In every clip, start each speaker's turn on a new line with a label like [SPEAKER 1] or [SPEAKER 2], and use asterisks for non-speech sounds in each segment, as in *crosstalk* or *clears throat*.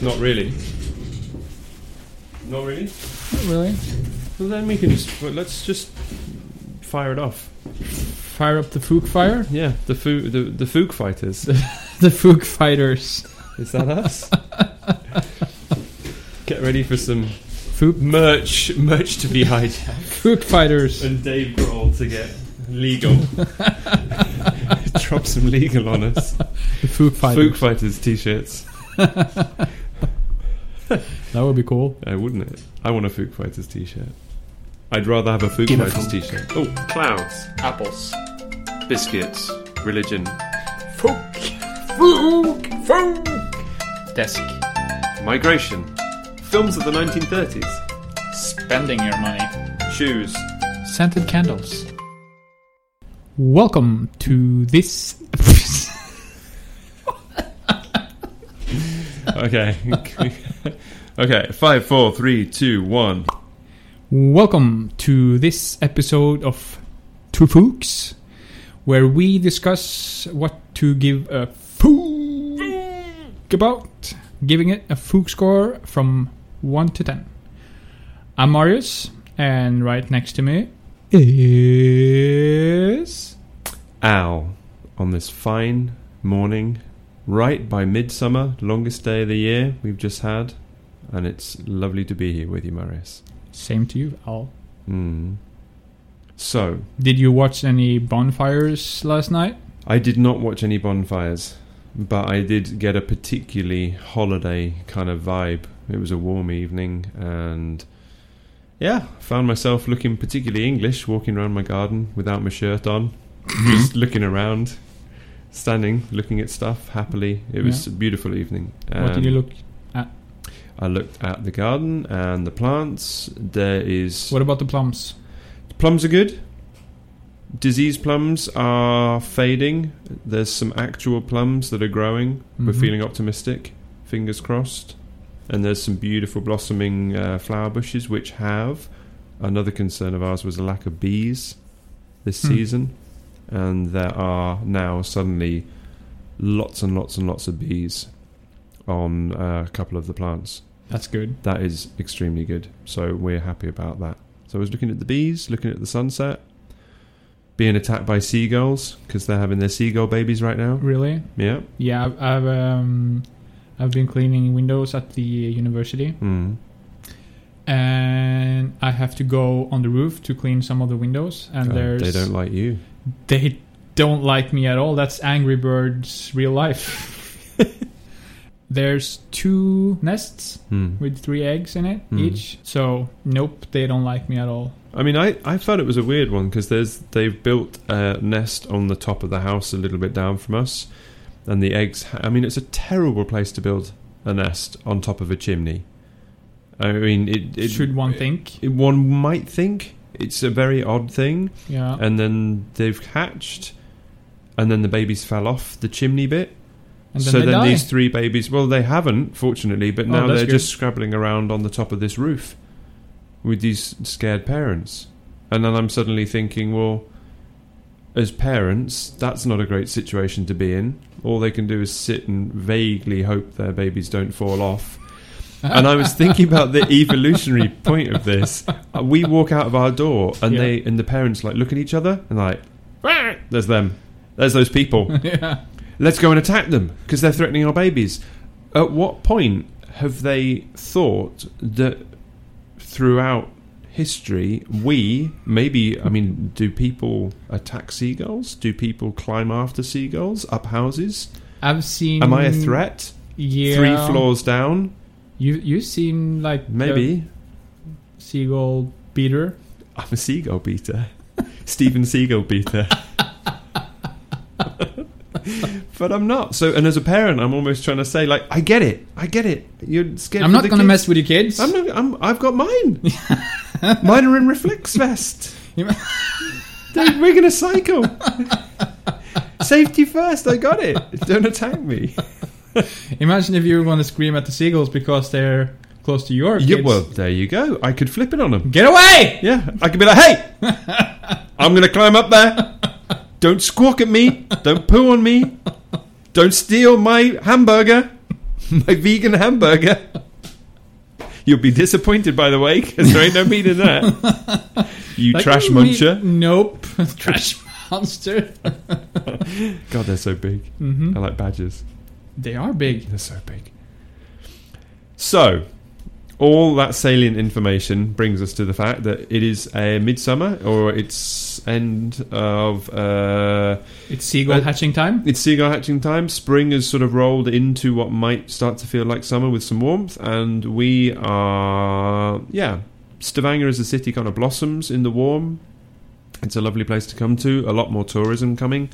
[SPEAKER 1] Not really. Not really.
[SPEAKER 2] Not really.
[SPEAKER 1] Well, then we can just well, let's just fire it off.
[SPEAKER 2] Fire up the Fook Fire?
[SPEAKER 1] Yeah, the foo the the Fook fighters.
[SPEAKER 2] *laughs*
[SPEAKER 1] *laughs*
[SPEAKER 2] The Fook Fighters.
[SPEAKER 1] Is that *laughs* us? Get ready for some
[SPEAKER 2] Fook,
[SPEAKER 1] merch merch to be hijacked
[SPEAKER 2] Fook
[SPEAKER 1] *laughs*
[SPEAKER 2] Fighters.
[SPEAKER 1] and Dave Grohl to get legal. *laughs* Drop some legal on *laughs* us.
[SPEAKER 2] The Fook Fighters.
[SPEAKER 1] Fook fighters t-shirts.
[SPEAKER 2] That would be cool.
[SPEAKER 1] Uh, wouldn't it? I want a Fook Fighters t-shirt. I'd rather have a Fook
[SPEAKER 3] Give me
[SPEAKER 1] Fighters
[SPEAKER 3] Fook.
[SPEAKER 1] t-shirt. Oh, clouds,
[SPEAKER 3] Apples.
[SPEAKER 1] biscuits, religion,
[SPEAKER 3] Fook. Fook. Fook. Desk.
[SPEAKER 1] migration, films of the 1930s,
[SPEAKER 3] Spending your money.
[SPEAKER 1] shoes.
[SPEAKER 3] Scented candles.
[SPEAKER 2] Welcome to this.
[SPEAKER 1] *laughs*
[SPEAKER 2] *laughs*
[SPEAKER 1] Okay. okay. Five, four, three, two, one.
[SPEAKER 2] Welcome to this episode of Two Fooks, where we discuss what to give a fook about, giving it a fook score from 1 to 10. I'm Marius, and right next to me is.
[SPEAKER 1] Ow. On this fine morning, right by midsummer, longest day of the year we've just had, and it's lovely to be here with you, Marius.
[SPEAKER 2] Same to you, Al.
[SPEAKER 1] Mm. So,
[SPEAKER 2] Did you watch any bonfires last night?
[SPEAKER 1] I did not watch any bonfires, but I did get a particularly holiday kind of vibe. It was a warm evening, and yeah, found myself looking particularly English, walking around my garden without my shirt on,
[SPEAKER 2] Mm-hmm.
[SPEAKER 1] just looking around, standing, looking at stuff happily. It was a beautiful evening.
[SPEAKER 2] what did
[SPEAKER 1] Um,
[SPEAKER 2] you look?
[SPEAKER 1] I looked at the garden and the plants. There is
[SPEAKER 2] What about the plums?
[SPEAKER 1] Plums are good. Disease plums are fading. There's some actual plums that are growing. We're
[SPEAKER 2] Mhm.
[SPEAKER 1] feeling optimistic. Fingers crossed. And there's some beautiful blossoming uh, flower bushes, which have another concern of ours was a lack of bees this
[SPEAKER 2] Hmm.
[SPEAKER 1] season. And there are now suddenly lots and lots and lots of bees on uh, a couple of the plants.
[SPEAKER 2] That's good.
[SPEAKER 1] That is extremely good. So we're happy about that. So I was looking at the bees, looking at the sunset, being attacked by seagulls because they're having their seagull babies right now.
[SPEAKER 2] Really?
[SPEAKER 1] Yeah.
[SPEAKER 2] Yeah, I've I've, um, I've been cleaning windows at the university,
[SPEAKER 1] Mm.
[SPEAKER 2] and I have to go on the roof to clean some of the windows. And
[SPEAKER 1] Uh,
[SPEAKER 2] there's
[SPEAKER 1] they don't like you.
[SPEAKER 2] they don't like me at all. That's Angry Birds real life. *laughs* there's two nests
[SPEAKER 1] Mm.
[SPEAKER 2] with three eggs in it
[SPEAKER 1] Mhm.
[SPEAKER 2] each. So nope, they don't like me at all.
[SPEAKER 1] I mean, I, I felt it was a weird one because there's they've built a nest on the top of the house a little bit down from us, and the eggs. I mean, it's a terrible place to build a nest on top of a chimney. I mean, it, it
[SPEAKER 2] Should one think?
[SPEAKER 1] it- one might think it's a very odd thing.
[SPEAKER 2] Yeah.
[SPEAKER 1] and then they've hatched, and then the babies fell off the chimney bit.
[SPEAKER 2] And then
[SPEAKER 1] so
[SPEAKER 2] they
[SPEAKER 1] then
[SPEAKER 2] die.
[SPEAKER 1] these three babies, well, they haven't, fortunately, but
[SPEAKER 2] Oh,
[SPEAKER 1] now
[SPEAKER 2] that's
[SPEAKER 1] they're
[SPEAKER 2] good.
[SPEAKER 1] just scrabbling around on the top of this roof with these scared parents. And then I'm suddenly thinking, well, as parents, that's not a great situation to be in. All they can do is sit and vaguely hope their babies don't fall off. And I
[SPEAKER 2] *laughs*
[SPEAKER 1] was thinking about the evolutionary point of this. Uh, We walk out of our door, and
[SPEAKER 2] Yeah.
[SPEAKER 1] they and the parents like look at each other and like, "Wah!" there's them, there's those people.
[SPEAKER 2] *laughs* yeah.
[SPEAKER 1] Let's go and attack them because they're threatening our babies. At what point have they thought that throughout history, we maybe, I mean, do people attack seagulls? Do people climb after seagulls up houses?
[SPEAKER 2] I've seen.
[SPEAKER 1] Am I a threat?
[SPEAKER 2] Mm, Yeah.
[SPEAKER 1] Three floors down?
[SPEAKER 2] You you seem like the
[SPEAKER 1] Maybe.
[SPEAKER 2] seagull beater.
[SPEAKER 1] I'm a seagull beater. Stephen Seagull beater. but I'm not. So, and as a parent, I'm almost trying to say, like, I get it. I get it. You're scared.
[SPEAKER 2] I'm
[SPEAKER 1] for
[SPEAKER 2] not
[SPEAKER 1] the
[SPEAKER 2] gonna
[SPEAKER 1] kids.
[SPEAKER 2] mess with your kids.
[SPEAKER 1] I'm not, I'm, I've got
[SPEAKER 2] *laughs*
[SPEAKER 1] mine. mine are in reflex vest.
[SPEAKER 2] You-
[SPEAKER 1] Dude, we're going to cycle. Safety first. I got it. Don't attack me.
[SPEAKER 2] Imagine if you want to scream at the seagulls because they're close to your
[SPEAKER 1] Yeah,
[SPEAKER 2] kids.
[SPEAKER 1] well, there you go. I could flip it on them.
[SPEAKER 2] Get away!
[SPEAKER 1] Yeah, I could be like, hey, I'm going to climb up there. Don't squawk at me. Don't poo on me. Don't steal my hamburger. *laughs* my vegan hamburger. You'll be disappointed, by the way, because there ain't no meat in that. You
[SPEAKER 2] Like,
[SPEAKER 1] trash
[SPEAKER 2] we-
[SPEAKER 1] muncher.
[SPEAKER 2] Nope. *laughs* trash monster.
[SPEAKER 1] God, they're so big.
[SPEAKER 2] hmm
[SPEAKER 1] I like badgers.
[SPEAKER 2] They are big.
[SPEAKER 1] They're so big. So, all that salient information brings us to the fact that it is a midsummer, or it's end of uh,
[SPEAKER 2] It's seagull
[SPEAKER 1] Uh,
[SPEAKER 2] hatching time.
[SPEAKER 1] it's seagull hatching time. Spring has sort of rolled into what might start to feel like summer with some warmth, and we are yeah. Stavanger as a city kind of blossoms in the warm. It's a lovely place to come to. A lot more tourism coming.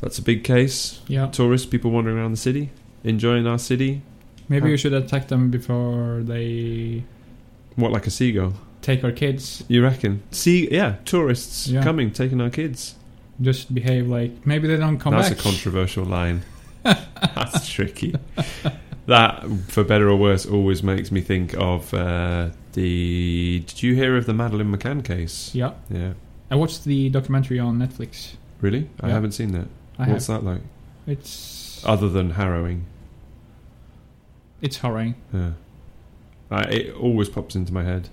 [SPEAKER 1] That's a big case.
[SPEAKER 2] Yeah.
[SPEAKER 1] Tourists, people wandering around the city, enjoying our city.
[SPEAKER 2] Maybe
[SPEAKER 1] Huh.
[SPEAKER 2] you should attack them before they
[SPEAKER 1] What like a seagull?
[SPEAKER 2] take our kids.
[SPEAKER 1] You reckon? See, yeah, tourists
[SPEAKER 2] Yeah.
[SPEAKER 1] coming, taking our kids.
[SPEAKER 2] Just behave like maybe they don't come
[SPEAKER 1] That's
[SPEAKER 2] back.
[SPEAKER 1] a controversial
[SPEAKER 2] *laughs*
[SPEAKER 1] line. That's tricky. That, for better or worse, always makes me think of uh, the. Did you hear of the Madeline McCann case?
[SPEAKER 2] yeah.
[SPEAKER 1] Yeah.
[SPEAKER 2] I watched the documentary on Netflix.
[SPEAKER 1] Really? I
[SPEAKER 2] Yeah.
[SPEAKER 1] haven't seen that.
[SPEAKER 2] I
[SPEAKER 1] What's
[SPEAKER 2] have.
[SPEAKER 1] that like?
[SPEAKER 2] It's
[SPEAKER 1] Other than harrowing.
[SPEAKER 2] it's horror.
[SPEAKER 1] Yeah. I, it always pops into my head.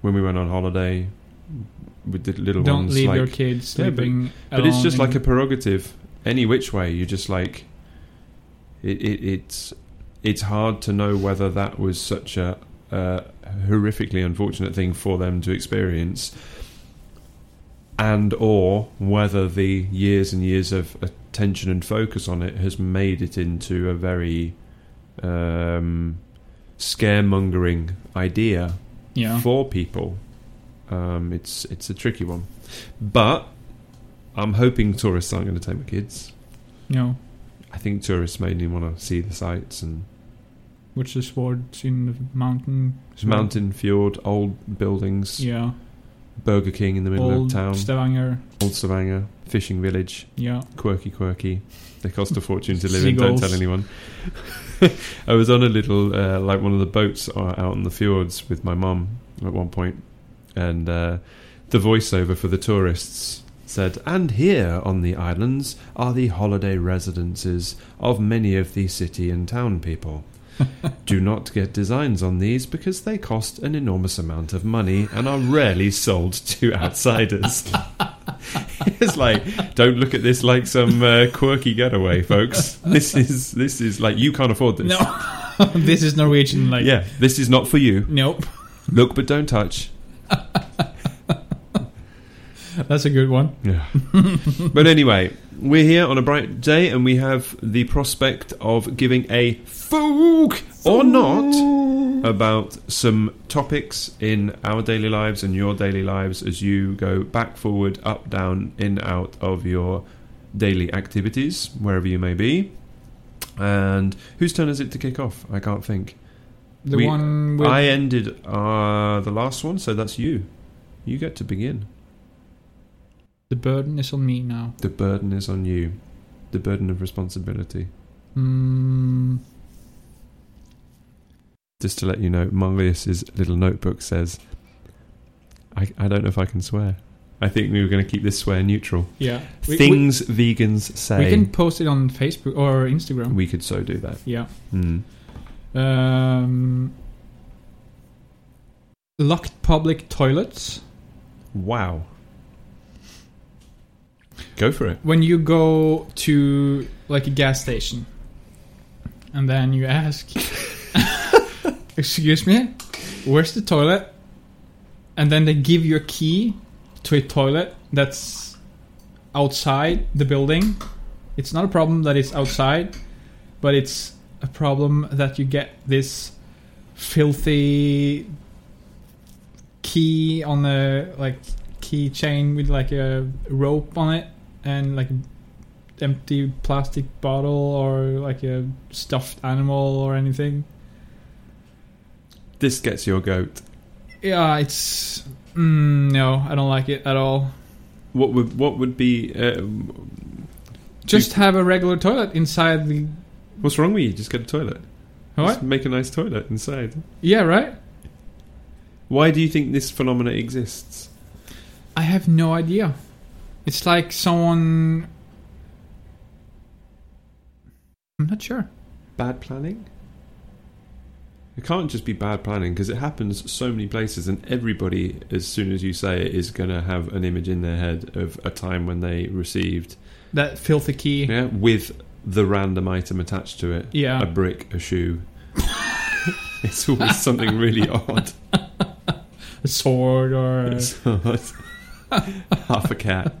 [SPEAKER 1] When we went on holiday, we did little
[SPEAKER 2] Don't
[SPEAKER 1] ones
[SPEAKER 2] leave
[SPEAKER 1] like
[SPEAKER 2] your kids
[SPEAKER 1] Yeah, but-
[SPEAKER 2] sleeping
[SPEAKER 1] But it's just
[SPEAKER 2] alone
[SPEAKER 1] like a
[SPEAKER 2] in-
[SPEAKER 1] prerogative, any which way. You're just like, it, it, it's it's hard to know whether that was such a uh, horrifically unfortunate thing for them to experience, and or whether the years and years of attention and focus on it has made it into a very um, scaremongering idea
[SPEAKER 2] yeah.
[SPEAKER 1] for people. Um, it's it's a tricky one, but I'm hoping tourists aren't going to take my kids.
[SPEAKER 2] No,
[SPEAKER 1] I think tourists mainly want to see the sights and
[SPEAKER 2] which is swords in the mountain.
[SPEAKER 1] mountain, fjord, old buildings,
[SPEAKER 2] Hmm. Yeah.
[SPEAKER 1] Burger King in the middle
[SPEAKER 2] Old
[SPEAKER 1] of town,
[SPEAKER 2] Stavanger.
[SPEAKER 1] old Stavanger, fishing village,
[SPEAKER 2] Yeah.
[SPEAKER 1] quirky, quirky. They cost a fortune to live in. Don't
[SPEAKER 2] Seagulls.
[SPEAKER 1] tell anyone. *laughs* I was on a little uh, like one of the boats uh, out on the fjords with my mum at one point, and uh, the voiceover for the tourists said, "And here on the islands are the holiday residences of many of the city and town people." Do not get designs on these because they cost an enormous amount of money and are rarely sold to outsiders. *laughs* it's like, don't look at this like some uh, quirky getaway, folks. This is this is like you can't afford this.
[SPEAKER 2] No, *laughs* this is Norwegian. Like
[SPEAKER 1] Yeah, this is not for you.
[SPEAKER 2] Nope.
[SPEAKER 1] Look but don't touch.
[SPEAKER 2] That's a good one.
[SPEAKER 1] Yeah. but anyway, we're here on a bright day and we have the prospect of giving a fook or not about some topics in our daily lives and your daily lives as you go back, forward, up, down, in, out of your daily activities, wherever you may be. And whose turn is it to kick off? I can't think.
[SPEAKER 2] The
[SPEAKER 1] We-
[SPEAKER 2] one with
[SPEAKER 1] I ended uh, the last one, so that's you. You get to begin.
[SPEAKER 2] the burden is on me now.
[SPEAKER 1] The burden is on you. The burden of responsibility.
[SPEAKER 2] Mm,
[SPEAKER 1] Just to let you know, Marius's little notebook says, I, I don't know if I can swear. I think we were going to keep this swear neutral.
[SPEAKER 2] yeah. We, we,
[SPEAKER 1] Things vegans say.
[SPEAKER 2] we can post it on Facebook or Instagram.
[SPEAKER 1] We could so do that.
[SPEAKER 2] yeah.
[SPEAKER 1] Mm.
[SPEAKER 2] Um, locked public toilets.
[SPEAKER 1] Wow. Go for it.
[SPEAKER 2] When you go to like a gas station, and then you ask, *laughs* "Excuse me, where's the toilet?" And then they give you a key to a toilet that's outside the building. It's not a problem that it's outside, but it's a problem that you get this filthy key on a like key chain with like a rope on it and like empty plastic bottle or like a stuffed animal or anything.
[SPEAKER 1] This gets your goat.
[SPEAKER 2] Yeah, it's mm, no, I don't like it at all.
[SPEAKER 1] What would what would be? Um,
[SPEAKER 2] Just have a regular toilet inside the
[SPEAKER 1] what's wrong with you? Just get a toilet.
[SPEAKER 2] what?
[SPEAKER 1] Just make a nice toilet inside.
[SPEAKER 2] Yeah, right.
[SPEAKER 1] Why do you think this phenomena exists?
[SPEAKER 2] I have no idea. It's like someone. I'm not sure.
[SPEAKER 1] Bad planning? It can't just be bad planning because it happens so many places, and everybody, as soon as you say it, is going to have an image in their head of a time when they received,
[SPEAKER 2] That filthy key.
[SPEAKER 1] yeah, with the random item attached to it
[SPEAKER 2] Yeah.
[SPEAKER 1] a brick, a shoe. *laughs* it's always something
[SPEAKER 2] *laughs*
[SPEAKER 1] really odd.
[SPEAKER 2] A sword or a
[SPEAKER 1] So it's half a cat.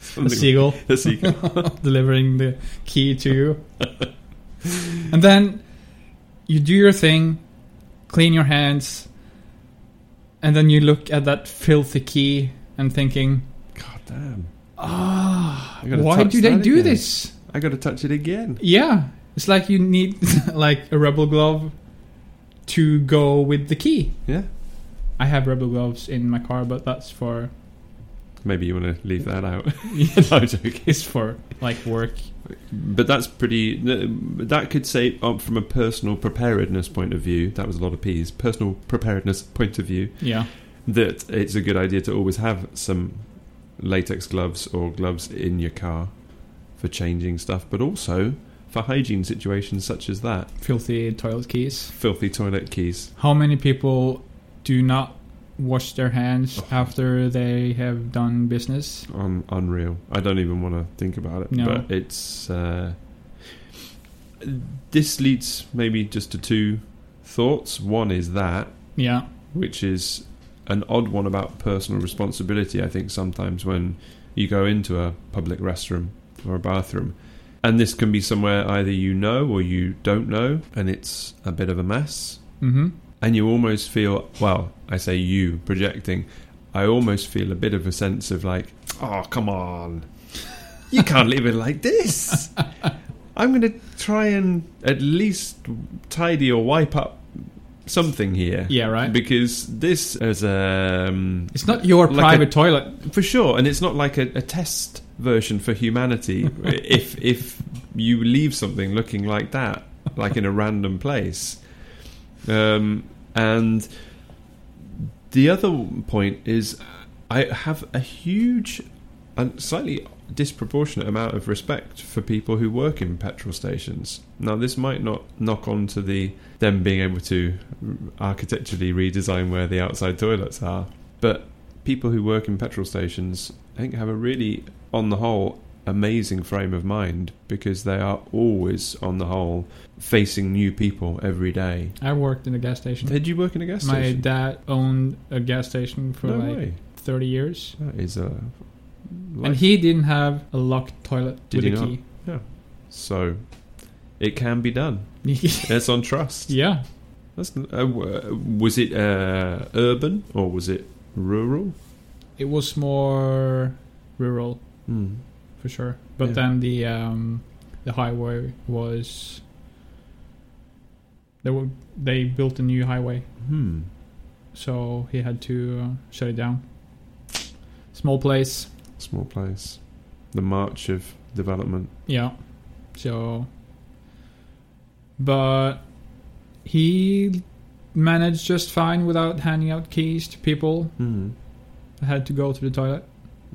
[SPEAKER 1] Something-
[SPEAKER 2] seagull
[SPEAKER 1] a seagull.
[SPEAKER 2] delivering the key to you. *laughs* and then you do your thing, clean your hands, and then you look at that filthy key and thinking,
[SPEAKER 1] God damn.
[SPEAKER 2] ah,
[SPEAKER 1] I gotta
[SPEAKER 2] why
[SPEAKER 1] touch
[SPEAKER 2] do they
[SPEAKER 1] that
[SPEAKER 2] do
[SPEAKER 1] again."
[SPEAKER 2] this?
[SPEAKER 1] I got to touch it again.
[SPEAKER 2] Yeah, it's like you need *laughs* like a rebel glove to go with the key.
[SPEAKER 1] Yeah.
[SPEAKER 2] I have rebel gloves in my car, but that's for
[SPEAKER 1] Maybe you want to leave that out. *laughs* no, I'm joking.
[SPEAKER 2] *laughs* it's for like work.
[SPEAKER 1] But that's pretty. That could say, um, from a personal preparedness point of view, that was a lot of P's. Personal preparedness point of view,
[SPEAKER 2] Yeah,
[SPEAKER 1] that it's a good idea to always have some latex gloves or gloves in your car for changing stuff, but also for hygiene situations such as that.
[SPEAKER 2] filthy toilet keys.
[SPEAKER 1] Filthy toilet keys.
[SPEAKER 2] How many people do not wash their hands after they have done business?
[SPEAKER 1] un- unreal. I don't even want to think about it.
[SPEAKER 2] No.
[SPEAKER 1] But it's uh, this leads maybe just to two thoughts. One is that,
[SPEAKER 2] Yeah,
[SPEAKER 1] which is an odd one about personal responsibility. I think sometimes when you go into a public restroom or a bathroom, and this can be somewhere either you know or you don't know, and it's a bit of a mess
[SPEAKER 2] mm-hmm.
[SPEAKER 1] and you almost feel well i say you projecting i almost feel a bit of a sense of like oh come on you can't leave it like this i'm going to try and at least tidy or wipe up something here
[SPEAKER 2] yeah, right.
[SPEAKER 1] because this is um,
[SPEAKER 2] It's not your
[SPEAKER 1] Like a-
[SPEAKER 2] private toilet.
[SPEAKER 1] for sure, and it's not like a, a test version for humanity. if if you leave something looking like that, like in a random place, um, and the other point is, I have a huge and slightly disproportionate amount of respect for people who work in petrol stations. Now, this might not knock on to the them being able to architecturally redesign where the outside toilets are, but people who work in petrol stations, I think, have a really, on the whole, amazing frame of mind because they are always, on the whole, facing new people every day.
[SPEAKER 2] I worked in a gas station.
[SPEAKER 1] Did you work in a gas
[SPEAKER 2] My
[SPEAKER 1] station?
[SPEAKER 2] dad owned a gas station for
[SPEAKER 1] no
[SPEAKER 2] like
[SPEAKER 1] way.
[SPEAKER 2] 30 years.
[SPEAKER 1] That is a.
[SPEAKER 2] And he didn't have a locked toilet
[SPEAKER 1] Did
[SPEAKER 2] with a
[SPEAKER 1] he so, it can be done.
[SPEAKER 2] key. *laughs*
[SPEAKER 1] It's on trust.
[SPEAKER 2] yeah.
[SPEAKER 1] That's, uh, was it uh, urban or was it rural?
[SPEAKER 2] It was more rural
[SPEAKER 1] Mm.
[SPEAKER 2] for sure. But
[SPEAKER 1] Yeah.
[SPEAKER 2] then the um, the highway was they were, they built a new highway,
[SPEAKER 1] Hmm.
[SPEAKER 2] so he had to uh, shut it down. Small place.
[SPEAKER 1] Small place. The march of development.
[SPEAKER 2] Yeah. So but he managed just fine without handing out keys to people
[SPEAKER 1] Hmm.
[SPEAKER 2] that had to go to the toilet.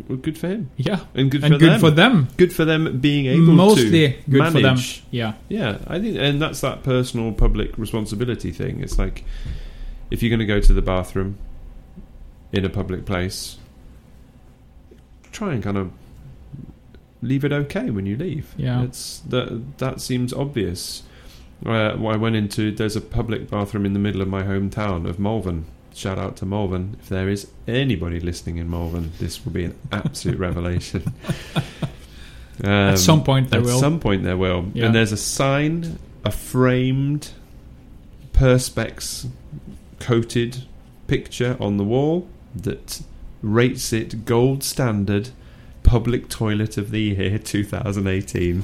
[SPEAKER 1] Well, good for him.
[SPEAKER 2] Yeah,
[SPEAKER 1] And good
[SPEAKER 2] and
[SPEAKER 1] for
[SPEAKER 2] good
[SPEAKER 1] them.
[SPEAKER 2] for them.
[SPEAKER 1] good for them being able
[SPEAKER 2] Mostly
[SPEAKER 1] to
[SPEAKER 2] good for them.
[SPEAKER 1] manage.
[SPEAKER 2] Yeah,
[SPEAKER 1] Yeah, I think, and that's that personal public responsibility thing. It's like if you're going to go to the bathroom in a public place, try and kind of leave it okay when you leave.
[SPEAKER 2] Yeah.
[SPEAKER 1] it's that that seems obvious. Uh, I went into there's a public bathroom in the middle of my hometown of Malvern. Shout out to Malvern. If there is anybody listening in Malvern, this will be an absolute revelation. Um,
[SPEAKER 2] *laughs* at some point they
[SPEAKER 1] at
[SPEAKER 2] will.
[SPEAKER 1] some point there will.
[SPEAKER 2] Yeah.
[SPEAKER 1] And there's a sign, a framed perspex coated picture on the wall that rates it gold standard public toilet of the year *laughs* 2018.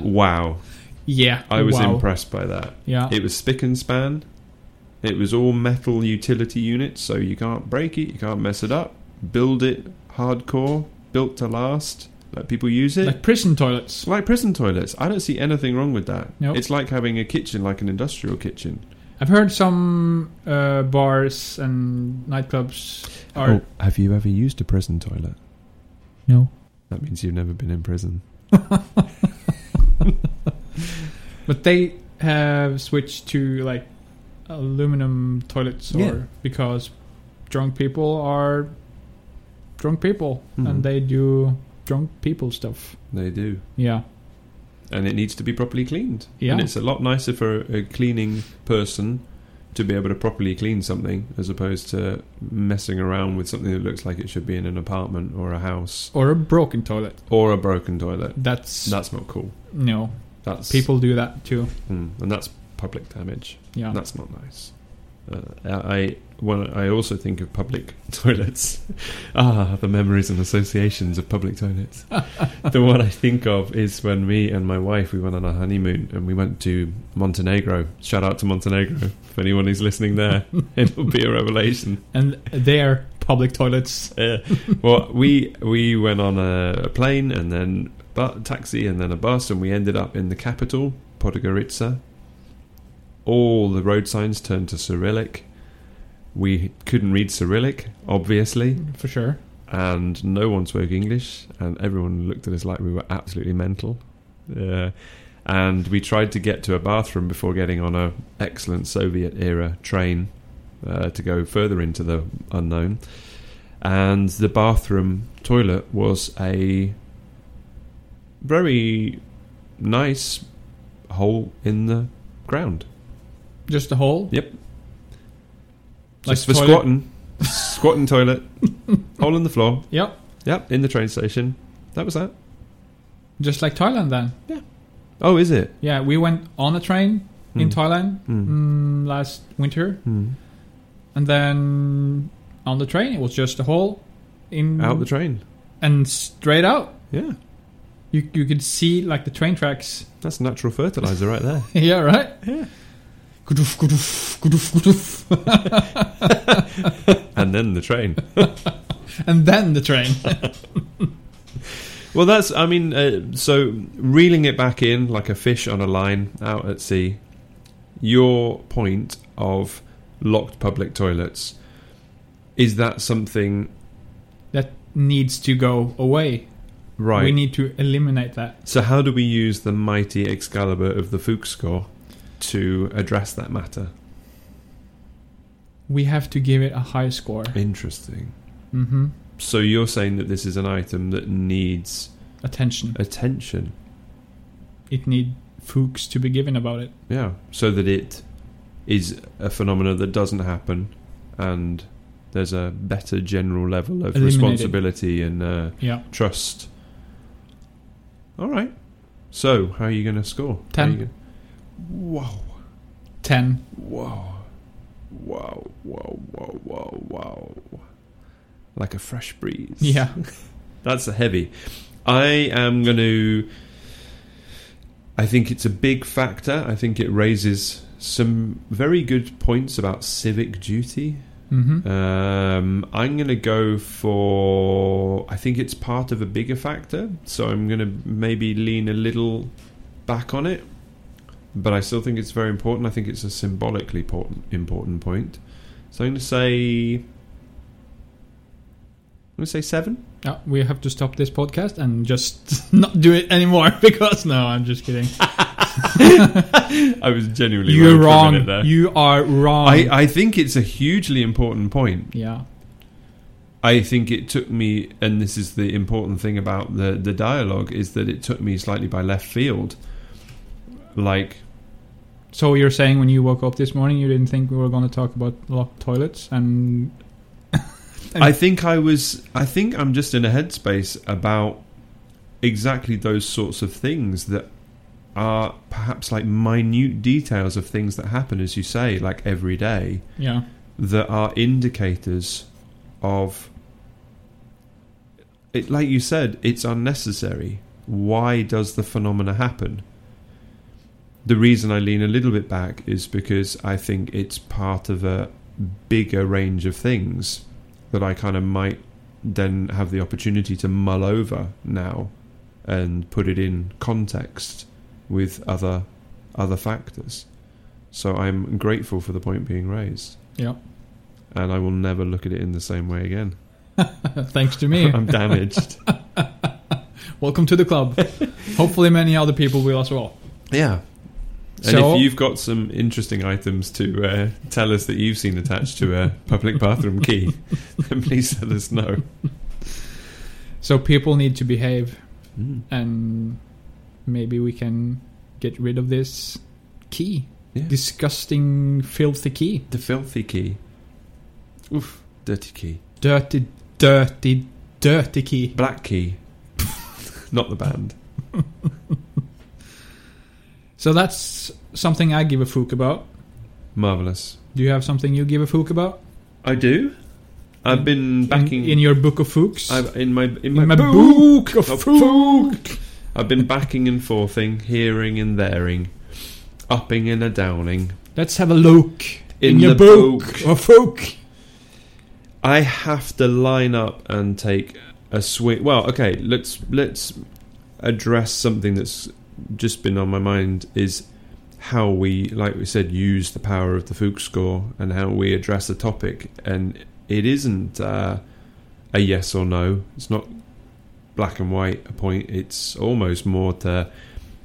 [SPEAKER 1] wow.
[SPEAKER 2] yeah,
[SPEAKER 1] I was
[SPEAKER 2] wow.
[SPEAKER 1] impressed by that.
[SPEAKER 2] Yeah,
[SPEAKER 1] It was spick and span. It was all metal utility units, so you can't break it, you can't mess it up. Build it hardcore, built to last. Let people use it.
[SPEAKER 2] like prison toilets.
[SPEAKER 1] It's like prison toilets. I don't see anything wrong with that.
[SPEAKER 2] Nope.
[SPEAKER 1] It's like having a kitchen, like an industrial kitchen.
[SPEAKER 2] I've heard some uh, bars and nightclubs are
[SPEAKER 1] Oh, have you ever used a prison toilet?
[SPEAKER 2] no,
[SPEAKER 1] That means you've never been in prison.
[SPEAKER 2] but they have switched to like aluminum toilets or
[SPEAKER 1] Yeah.
[SPEAKER 2] because drunk people are drunk people
[SPEAKER 1] Mhm.
[SPEAKER 2] and they do drunk people stuff.
[SPEAKER 1] They do.
[SPEAKER 2] Yeah.
[SPEAKER 1] And it needs to be properly cleaned.
[SPEAKER 2] Yeah.
[SPEAKER 1] And it's a lot nicer for a cleaning person to be able to properly clean something as opposed to messing around with something that looks like it should be in an apartment or a house
[SPEAKER 2] Or a broken toilet.
[SPEAKER 1] or a broken toilet.
[SPEAKER 2] That's
[SPEAKER 1] That's not cool.
[SPEAKER 2] no.
[SPEAKER 1] That's
[SPEAKER 2] People do that too.
[SPEAKER 1] Mm, and that's public damage.
[SPEAKER 2] Yeah.
[SPEAKER 1] That's not nice. Uh, I well, I also think of public *laughs* toilets. ah, the memories and associations of public toilets. the one I think of is when me and my wife we went on our honeymoon and we went to Montenegro. Shout out to Montenegro if anyone who's listening there. It'll be a revelation.
[SPEAKER 2] And their public toilets.
[SPEAKER 1] *laughs* Yeah. Well, we we went on a, a plane and then bu- taxi and then a bus, and we ended up in the capital, Podgorica. All the road signs turned to Cyrillic. We couldn't read Cyrillic, obviously,
[SPEAKER 2] For sure.
[SPEAKER 1] and no one spoke English, and everyone looked at us like we were absolutely mental. Yeah. And we tried to get to a bathroom before getting on a excellent Soviet era train uh, to go further into the unknown. And the bathroom toilet was a very nice hole in the ground.
[SPEAKER 2] Just a hole.
[SPEAKER 1] Yep.
[SPEAKER 2] Like
[SPEAKER 1] Just for
[SPEAKER 2] toilet-
[SPEAKER 1] squatting, squatting toilet, *laughs* hole in the floor.
[SPEAKER 2] Yep.
[SPEAKER 1] Yep, in the train station. That was that.
[SPEAKER 2] Just like Thailand then.
[SPEAKER 1] Oh, is it?
[SPEAKER 2] Yeah, we went on a train in
[SPEAKER 1] Mm.
[SPEAKER 2] Thailand
[SPEAKER 1] Mm.
[SPEAKER 2] mm, last winter,
[SPEAKER 1] Mm.
[SPEAKER 2] and then on the train it was just a hole in
[SPEAKER 1] Out the train.
[SPEAKER 2] and straight out.
[SPEAKER 1] Yeah,
[SPEAKER 2] You you could see like the train tracks. *laughs*
[SPEAKER 1] that's natural fertilizer right there.
[SPEAKER 2] yeah, right.
[SPEAKER 1] Yeah.
[SPEAKER 2] Kuduf, kuduf, kuduf, kuduf.
[SPEAKER 1] And then the train.
[SPEAKER 2] and then
[SPEAKER 1] *laughs*
[SPEAKER 2] the train.
[SPEAKER 1] Well, that's, I mean, uh, so reeling it back in like a fish on a line out at sea, your point of locked public toilets, is that something
[SPEAKER 2] that needs to go away.
[SPEAKER 1] right?
[SPEAKER 2] We need to eliminate that.
[SPEAKER 1] so, how do we use the mighty Excalibur of the Fuchs score to address that matter?
[SPEAKER 2] We have to give it a high score.
[SPEAKER 1] Interesting.
[SPEAKER 2] hmm
[SPEAKER 1] So, you're saying that this is an item that needs
[SPEAKER 2] Attention.
[SPEAKER 1] attention.
[SPEAKER 2] It need Fuchs to be given about it.
[SPEAKER 1] Yeah, so that it is a phenomenon that doesn't happen, and there's a better general level of
[SPEAKER 2] Eliminated.
[SPEAKER 1] responsibility and uh,
[SPEAKER 2] Yeah.
[SPEAKER 1] trust. All right. So, how are you going to score? How
[SPEAKER 2] Ten.
[SPEAKER 1] you gonna- Wow!
[SPEAKER 2] Ten.
[SPEAKER 1] *laughs* Wow! Wow! Wow! Wow! Wow! Wow! Like a fresh breeze.
[SPEAKER 2] *laughs* Yeah.
[SPEAKER 1] That's a heavy. I am going to. I think it's a big factor. I think it raises some very good points about civic duty.
[SPEAKER 2] hmm
[SPEAKER 1] Um, I'm going to go for. I think it's part of a bigger factor, so I'm going to maybe lean a little back on it. But I still think it's very important. I think it's a symbolically important important point. So I'm going to say. I'm going to say seven.
[SPEAKER 2] Yeah, we have to stop this podcast and just *laughs* not do it anymore because no, I'm just kidding.
[SPEAKER 1] I was genuinely
[SPEAKER 2] You're
[SPEAKER 1] wrong. for a minute
[SPEAKER 2] wrong.
[SPEAKER 1] there.
[SPEAKER 2] You are wrong.
[SPEAKER 1] I, I think it's a hugely important point.
[SPEAKER 2] yeah.
[SPEAKER 1] I think it took me, and this is the important thing about the, the dialogue, is that it took me slightly by left field. Like,
[SPEAKER 2] So you're saying when you woke up this morning, you didn't think we were going to talk about locked toilets and And-
[SPEAKER 1] I think I was, I think I'm just in a headspace about exactly those sorts of things that are perhaps like minute details of things that happen, as you say, like every day.
[SPEAKER 2] yeah,
[SPEAKER 1] that are indicators of it like you said it's unnecessary why does the phenomena happen the reason i lean a little bit back is because i think it's part of a bigger range of things that i kind of might then have the opportunity to mull over now and put it in context with other other factors so i'm grateful for the point being raised
[SPEAKER 2] yeah.
[SPEAKER 1] and I will never look at it in the same way again.
[SPEAKER 2] *laughs* Thanks to *laughs* me.
[SPEAKER 1] I'm damaged.
[SPEAKER 2] Welcome to the club. Hopefully, many other people will as well.
[SPEAKER 1] *laughs* yeah. And
[SPEAKER 2] So-
[SPEAKER 1] if you've got some interesting items to uh, tell us that you've seen attached to a public bathroom *laughs* key, then please let us know.
[SPEAKER 2] So people need to behave,
[SPEAKER 1] Mm,
[SPEAKER 2] and maybe we can get rid of this key.
[SPEAKER 1] Yeah.
[SPEAKER 2] Disgusting, filthy key.
[SPEAKER 1] The filthy key. Oof. Dirty key.
[SPEAKER 2] Dirty, dirty, dirty key.
[SPEAKER 1] Black key. *laughs* Not the band.
[SPEAKER 2] So that's something I give a fook about.
[SPEAKER 1] Marvellous.
[SPEAKER 2] Do you have something you give a fook about?
[SPEAKER 1] I do. I've been backing
[SPEAKER 2] in, in your book of fooks.
[SPEAKER 1] I've, in my in my,
[SPEAKER 2] in my
[SPEAKER 1] boo-
[SPEAKER 2] book of
[SPEAKER 1] of
[SPEAKER 2] fook.
[SPEAKER 1] I've been backing and forthing, hearing and thering, upping and a downing.
[SPEAKER 2] Let's have a look
[SPEAKER 1] In
[SPEAKER 2] your
[SPEAKER 1] the
[SPEAKER 2] book,
[SPEAKER 1] book.
[SPEAKER 2] of fook.
[SPEAKER 1] I have to line up and take a swing. Well, okay, let's let's address something that's just been on my mind is how we, like we said, use the power of the Fuchs score and how we address a topic. And it isn't uh, a yes or no. It's not black and white. A point. It's almost more to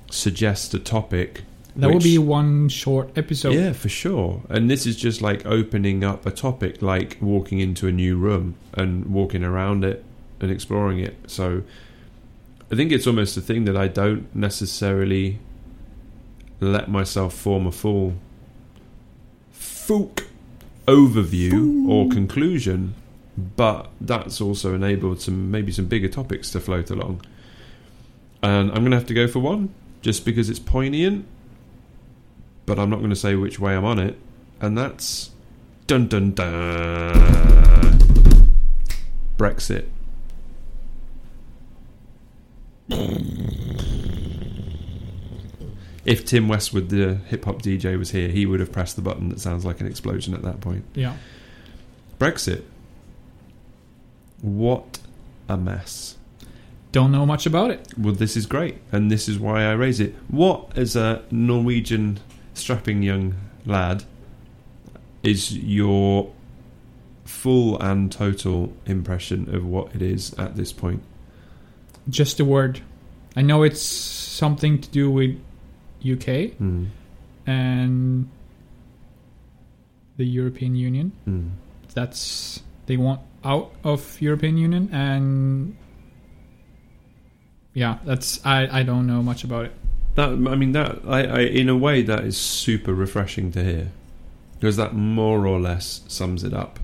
[SPEAKER 1] suggest a topic.
[SPEAKER 2] That will
[SPEAKER 1] Which-
[SPEAKER 2] be one short episode.
[SPEAKER 1] yeah, for sure. And this is just like opening up a topic, like walking into a new room and walking around it and exploring it. So I think it's almost a thing that I don't necessarily let myself form a full fook overview or conclusion, but that's also enabled some maybe some bigger topics to float along. And I'm going to have to go for one just because it's poignant but I'm not going to say which way I'm on it. And that's dun dun dun Brexit. If Tim Westwood, the hip hop DJ, was here, he would have pressed the button that sounds like an explosion at that point.
[SPEAKER 2] Yeah.
[SPEAKER 1] Brexit. What a mess.
[SPEAKER 2] Don't know much about it.
[SPEAKER 1] Well, this is great, and this is why I raise it. What, as a Norwegian strapping young lad, is your full and total impression of what it is at this point?
[SPEAKER 2] Just a word. I know it's something to do with UK
[SPEAKER 1] Mm.
[SPEAKER 2] and the European Union.
[SPEAKER 1] Mm.
[SPEAKER 2] That's they want out of European Union and yeah, that's I I don't know much about it.
[SPEAKER 1] That I mean, that I, I in a way that is super refreshing to hear because that more or less sums it up.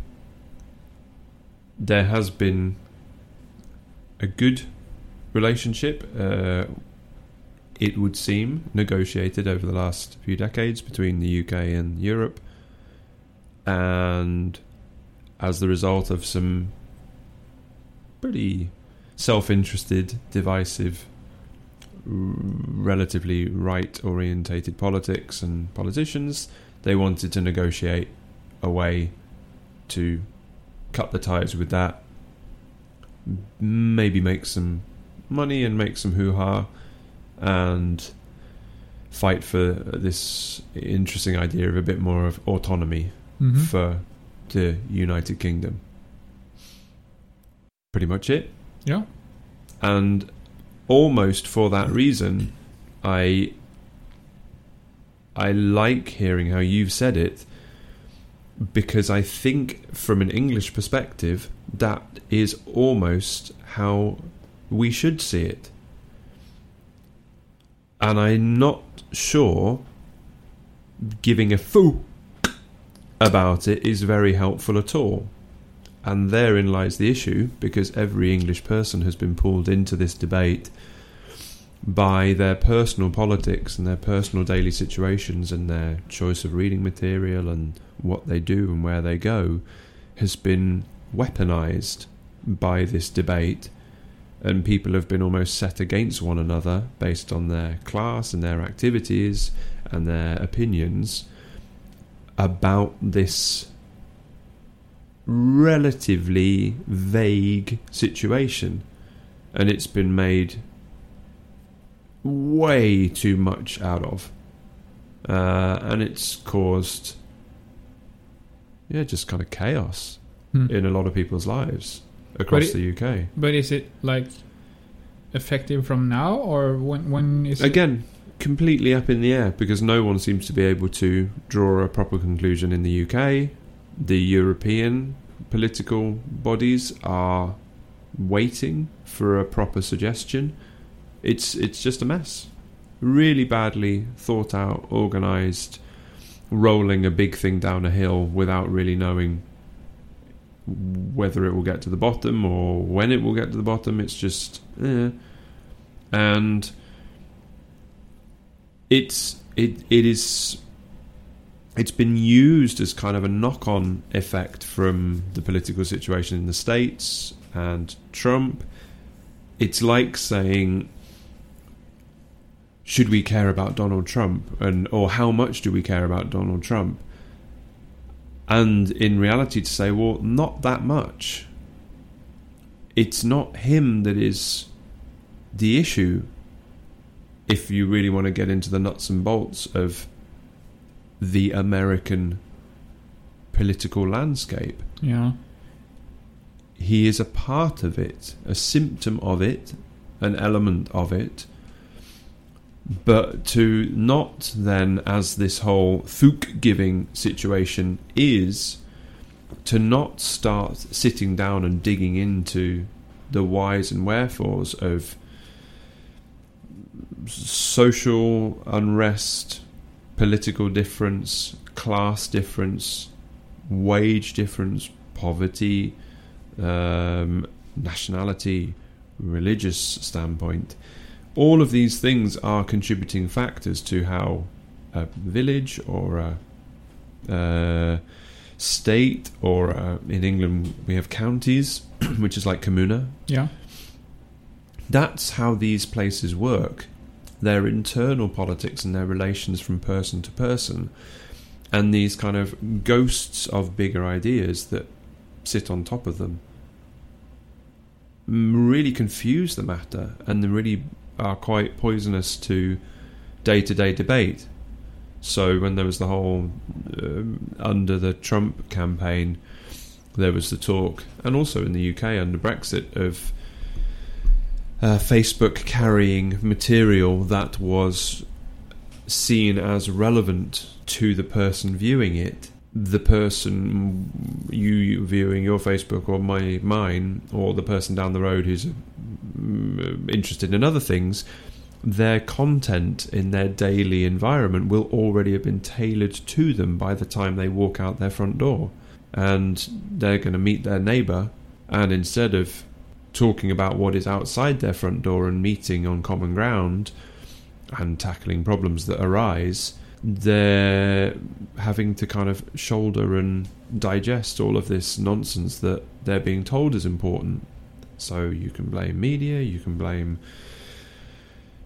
[SPEAKER 1] There has been a good relationship, uh, it would seem, negotiated over the last few decades between the UK and Europe, and as the result of some pretty self-interested, divisive relatively right orientated politics and politicians. They wanted to negotiate a way to cut the ties with that, maybe make some money and make some hoo ha and fight for this interesting idea of a bit more of autonomy
[SPEAKER 2] Mhm.
[SPEAKER 1] for the United Kingdom. Pretty much it
[SPEAKER 2] Yeah.
[SPEAKER 1] and almost for that reason i i like hearing how you've said it because i think from an english perspective that is almost how we should see it and i'm not sure giving a foo about it is very helpful at all and therein lies the issue because every English person has been pulled into this debate by their personal politics and their personal daily situations and their choice of reading material and what they do and where they go has been weaponized by this debate. And people have been almost set against one another based on their class and their activities and their opinions about this relatively vague situation, and it's been made way too much out of, uh, and it's caused, yeah, just kind of chaos
[SPEAKER 2] Hmm.
[SPEAKER 1] in a lot of people's lives across
[SPEAKER 2] it-
[SPEAKER 1] the UK.
[SPEAKER 2] But is it like effective from now or when when is it-
[SPEAKER 1] Again, completely up in the air because no one seems to be able to draw a proper conclusion in the UK. The European political bodies are waiting for a proper suggestion. It's it's just a mess. Really badly thought out, organized, rolling a big thing down a hill without really knowing whether it will get to the bottom or when it will get to the bottom. It's just, eh. and it's it it is it's been used as kind of a knock-on effect from the political situation in the states and Trump. It's like saying, should we care about Donald Trump, and or how much do we care about Donald Trump? and in reality to say, well, not that much. It's not him that is the issue if you really want to get into the nuts and bolts of the American political landscape.
[SPEAKER 2] Yeah.
[SPEAKER 1] He is a part of it, a symptom of it, an element of it. But to not then, as this whole fook giving situation is, to not start sitting down and digging into the whys and wherefores of social unrest, political difference, class difference, wage difference, poverty, um, nationality, religious standpoint all of these things are contributing factors to how a village or a uh, state or a, in England we have counties, *clears throat* which is like communa.
[SPEAKER 2] Yeah.
[SPEAKER 1] That's how these places work. Their internal politics and their relations from person to person, and these kind of ghosts of bigger ideas that sit on top of them, m- really confuse the matter and they really are quite poisonous to day to day debate. So, when there was the whole um, under the Trump campaign, there was the talk, and also in the UK under Brexit, of uh, Facebook carrying material that was seen as relevant to the person viewing it. The person you viewing your Facebook or my mine, or the person down the road who's a mm, interested in other things, their content in their daily environment will already have been tailored to them by the time they walk out their front door. And they're going to meet their neighbour, and instead of talking about what is outside their front door and meeting on common ground and tackling problems that arise, they're having to kind of shoulder and digest all of this nonsense that they're being told is important. So you can blame media, you can blame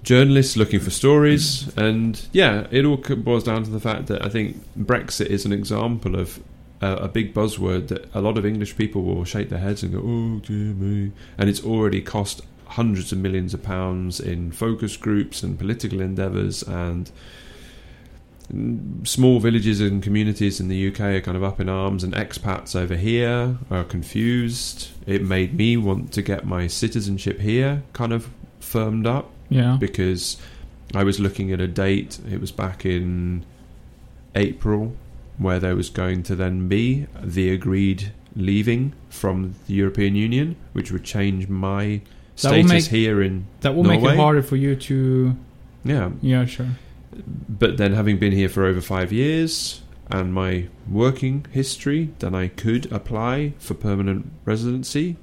[SPEAKER 1] journalists looking for stories, and yeah, it all co- boils down to the fact that I think Brexit is an example of uh, a big buzzword that a lot of English people will shake their heads and go, "Oh dear me," and it's already cost hundreds of millions of pounds in focus groups and political endeavours and small villages and communities in the UK are kind of up in arms, and expats over here are confused. It made me want to get my citizenship here kind of firmed up
[SPEAKER 2] Yeah.
[SPEAKER 1] because I was looking at a date. It was back in April where there was going to then be the agreed leaving from the European Union, which would change my
[SPEAKER 2] That will
[SPEAKER 1] status
[SPEAKER 2] make-
[SPEAKER 1] here in
[SPEAKER 2] That will make
[SPEAKER 1] Norway?
[SPEAKER 2] it harder for you to.
[SPEAKER 1] yeah
[SPEAKER 2] Yeah, sure.
[SPEAKER 1] but then having been here for over five years and my working history, then I could apply for permanent residency.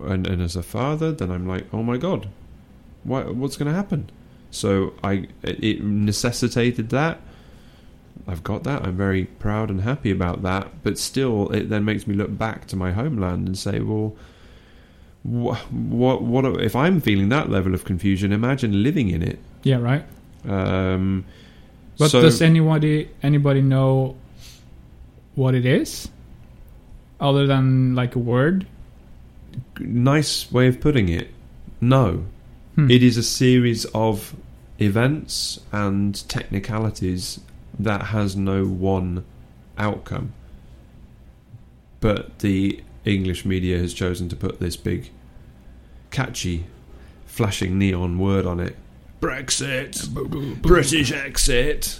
[SPEAKER 1] And, and as a father, then I'm like, oh my god, why, what's going to happen? So I it necessitated that. I've got that. I'm very proud and happy about that. But still, it then makes me look back to my homeland and say, well, what what what if I'm feeling that level of confusion? Imagine living in it.
[SPEAKER 2] Yeah, right.
[SPEAKER 1] Um,
[SPEAKER 2] But
[SPEAKER 1] so
[SPEAKER 2] does anybody anybody know what it is? Other than like a word?
[SPEAKER 1] nice way of putting it. No,
[SPEAKER 2] Hmm.
[SPEAKER 1] it is a series of events and technicalities that has no one outcome. But the English media has chosen to put this big, catchy, flashing neon word on it, Brexit, British exit,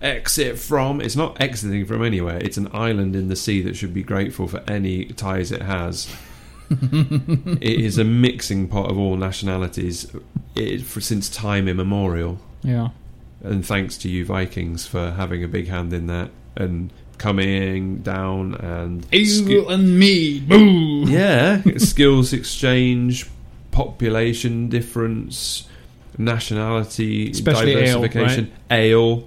[SPEAKER 1] exit from. It's not exiting from anywhere. It's an island in the sea that should be grateful for any ties it has. it is a mixing pot of all nationalities it, for, since time immemorial.
[SPEAKER 2] Yeah.
[SPEAKER 1] And thanks to you Vikings for having a big hand in that and coming down and
[SPEAKER 3] Evil and me. Boo.
[SPEAKER 2] *laughs*
[SPEAKER 1] yeah, *laughs* skills exchange, population difference, nationality,
[SPEAKER 2] Especially ale,
[SPEAKER 1] diversification, ale,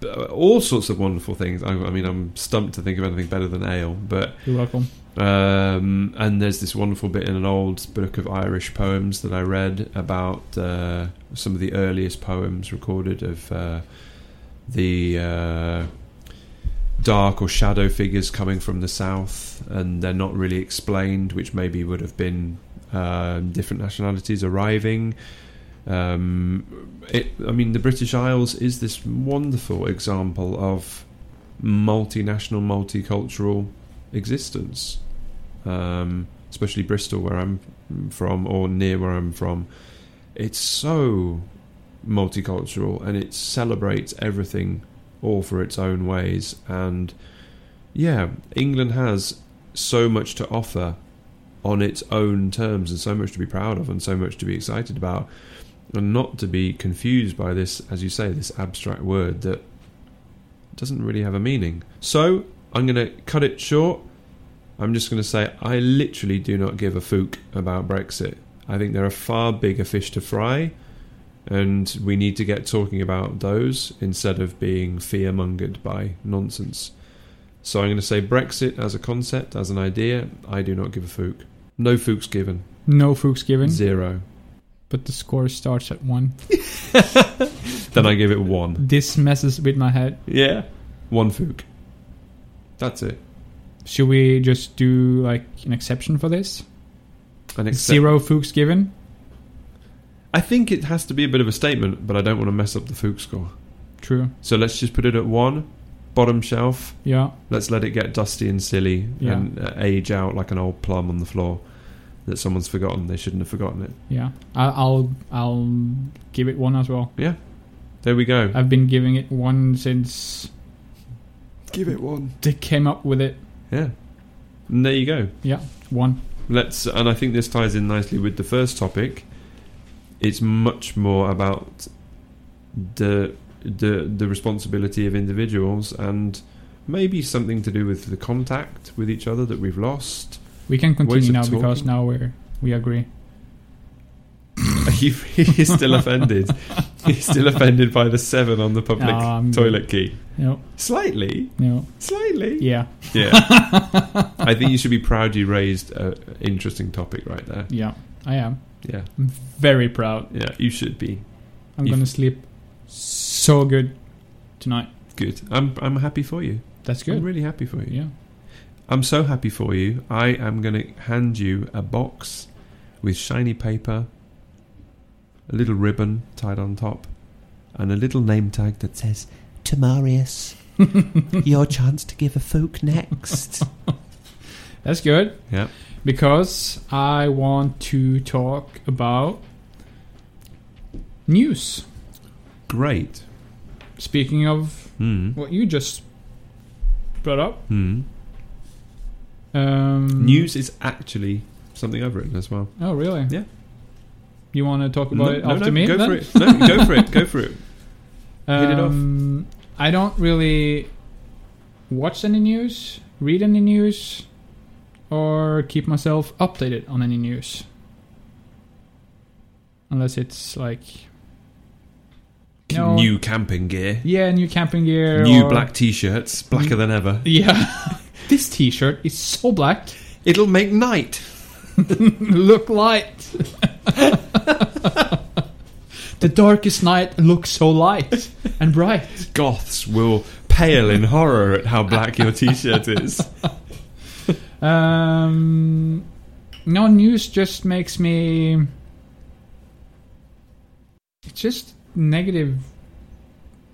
[SPEAKER 1] b- all sorts of wonderful things. I, I mean, I'm stumped to think of anything better than ale, but
[SPEAKER 2] You're welcome.
[SPEAKER 1] um, and there's this wonderful bit in an old book of Irish poems that I read about uh, some of the earliest poems recorded of uh, the uh, dark or shadow figures coming from the south, and they're not really explained, which maybe would have been um, different nationalities arriving. Um, it, I mean, the British Isles is this wonderful example of multinational, multicultural existence, um, especially Bristol, where I'm from, or near where I'm from. It's so multicultural and it celebrates everything all for its own ways. And yeah, England has so much to offer on its own terms and so much to be proud of and so much to be excited about. And not to be confused by this, as you say, this abstract word that doesn't really have a meaning. So I'm going to cut it short. I'm just going to say I literally do not give a fook about Brexit. I think there are far bigger fish to fry, and we need to get talking about those instead of being fear mongered by nonsense. So I'm going to say Brexit as a concept, as an idea, I do not give a fook. No fooks given.
[SPEAKER 2] No fooks given,
[SPEAKER 1] Zero.
[SPEAKER 2] but the score starts at one.
[SPEAKER 1] Then I give it one.
[SPEAKER 2] This messes with my head.
[SPEAKER 1] Yeah. One fook. That's it.
[SPEAKER 2] Should we just do like an exception for this?
[SPEAKER 1] An accept-
[SPEAKER 2] Zero fooks given.
[SPEAKER 1] I think it has to be a bit of a statement, but I don't want to mess up the Fook score.
[SPEAKER 2] True.
[SPEAKER 1] So let's just put it at one, bottom shelf.
[SPEAKER 2] Yeah.
[SPEAKER 1] Let's let it get dusty and silly
[SPEAKER 2] Yeah.
[SPEAKER 1] and uh, age out like an old plum on the floor that someone's forgotten. They shouldn't have forgotten it.
[SPEAKER 2] Yeah. I, I'll I'll give it one as well.
[SPEAKER 1] There we go.
[SPEAKER 2] I've been giving it one since
[SPEAKER 1] Give it one.
[SPEAKER 2] they came up with it.
[SPEAKER 1] Yeah. And there you go.
[SPEAKER 2] One.
[SPEAKER 1] Let's, and I think this ties in nicely with the first topic. It's much more about the the the responsibility of individuals and maybe something to do with the contact with each other that we've lost. *laughs*
[SPEAKER 2] We can continue
[SPEAKER 1] it
[SPEAKER 2] now because
[SPEAKER 1] talking?
[SPEAKER 2] now we're we agree.
[SPEAKER 1] Are you he's still offended? He's still offended by the seven on the public
[SPEAKER 2] No, I'm good.
[SPEAKER 1] toilet key.
[SPEAKER 2] Um, No.
[SPEAKER 1] Slightly,
[SPEAKER 2] No.
[SPEAKER 1] slightly.
[SPEAKER 2] Yeah. *laughs*
[SPEAKER 1] Yeah. I think you should be proud you raised an interesting topic right there.
[SPEAKER 2] Yeah. I am.
[SPEAKER 1] Yeah,
[SPEAKER 2] I'm very proud.
[SPEAKER 1] yeah. You should be
[SPEAKER 2] I'm
[SPEAKER 1] You-
[SPEAKER 2] gonna sleep so good tonight.
[SPEAKER 1] good. I'm I'm happy for you.
[SPEAKER 2] That's
[SPEAKER 1] I'm
[SPEAKER 2] good.
[SPEAKER 1] really happy for you.
[SPEAKER 2] Yeah.
[SPEAKER 1] I'm so happy for you. I am going to hand you a box with shiny paper, a little ribbon tied on top, and a little name tag that says
[SPEAKER 4] Tamarius, your chance to give a folk next.
[SPEAKER 2] That's good.
[SPEAKER 1] Yeah.
[SPEAKER 2] Because I want to talk about news.
[SPEAKER 1] "Great."
[SPEAKER 2] Speaking of
[SPEAKER 1] Hmm.
[SPEAKER 2] what you just brought up,
[SPEAKER 1] Hmm.
[SPEAKER 2] um,
[SPEAKER 1] News is actually something I've written as well.
[SPEAKER 2] Oh, really?
[SPEAKER 1] Yeah.
[SPEAKER 2] You want to talk about it after me?
[SPEAKER 1] go
[SPEAKER 2] then?
[SPEAKER 1] for it. No, go for it. Go for
[SPEAKER 2] *laughs*
[SPEAKER 1] it. Hit it off.
[SPEAKER 2] Um, I don't really watch any news, read any news, or keep myself updated on any news. Unless it's like No.
[SPEAKER 1] New camping gear.
[SPEAKER 2] yeah, new camping gear,
[SPEAKER 1] New
[SPEAKER 2] or-
[SPEAKER 1] black t-shirts, blacker than ever.
[SPEAKER 2] *laughs* Yeah, *laughs* this T-shirt is so black.
[SPEAKER 1] It'll make night.
[SPEAKER 2] Look light. the darkest night looks so light and bright.
[SPEAKER 1] Goths will pale in horror at how black your t-shirt *laughs* is.
[SPEAKER 2] Um, no news just makes me. It's just negative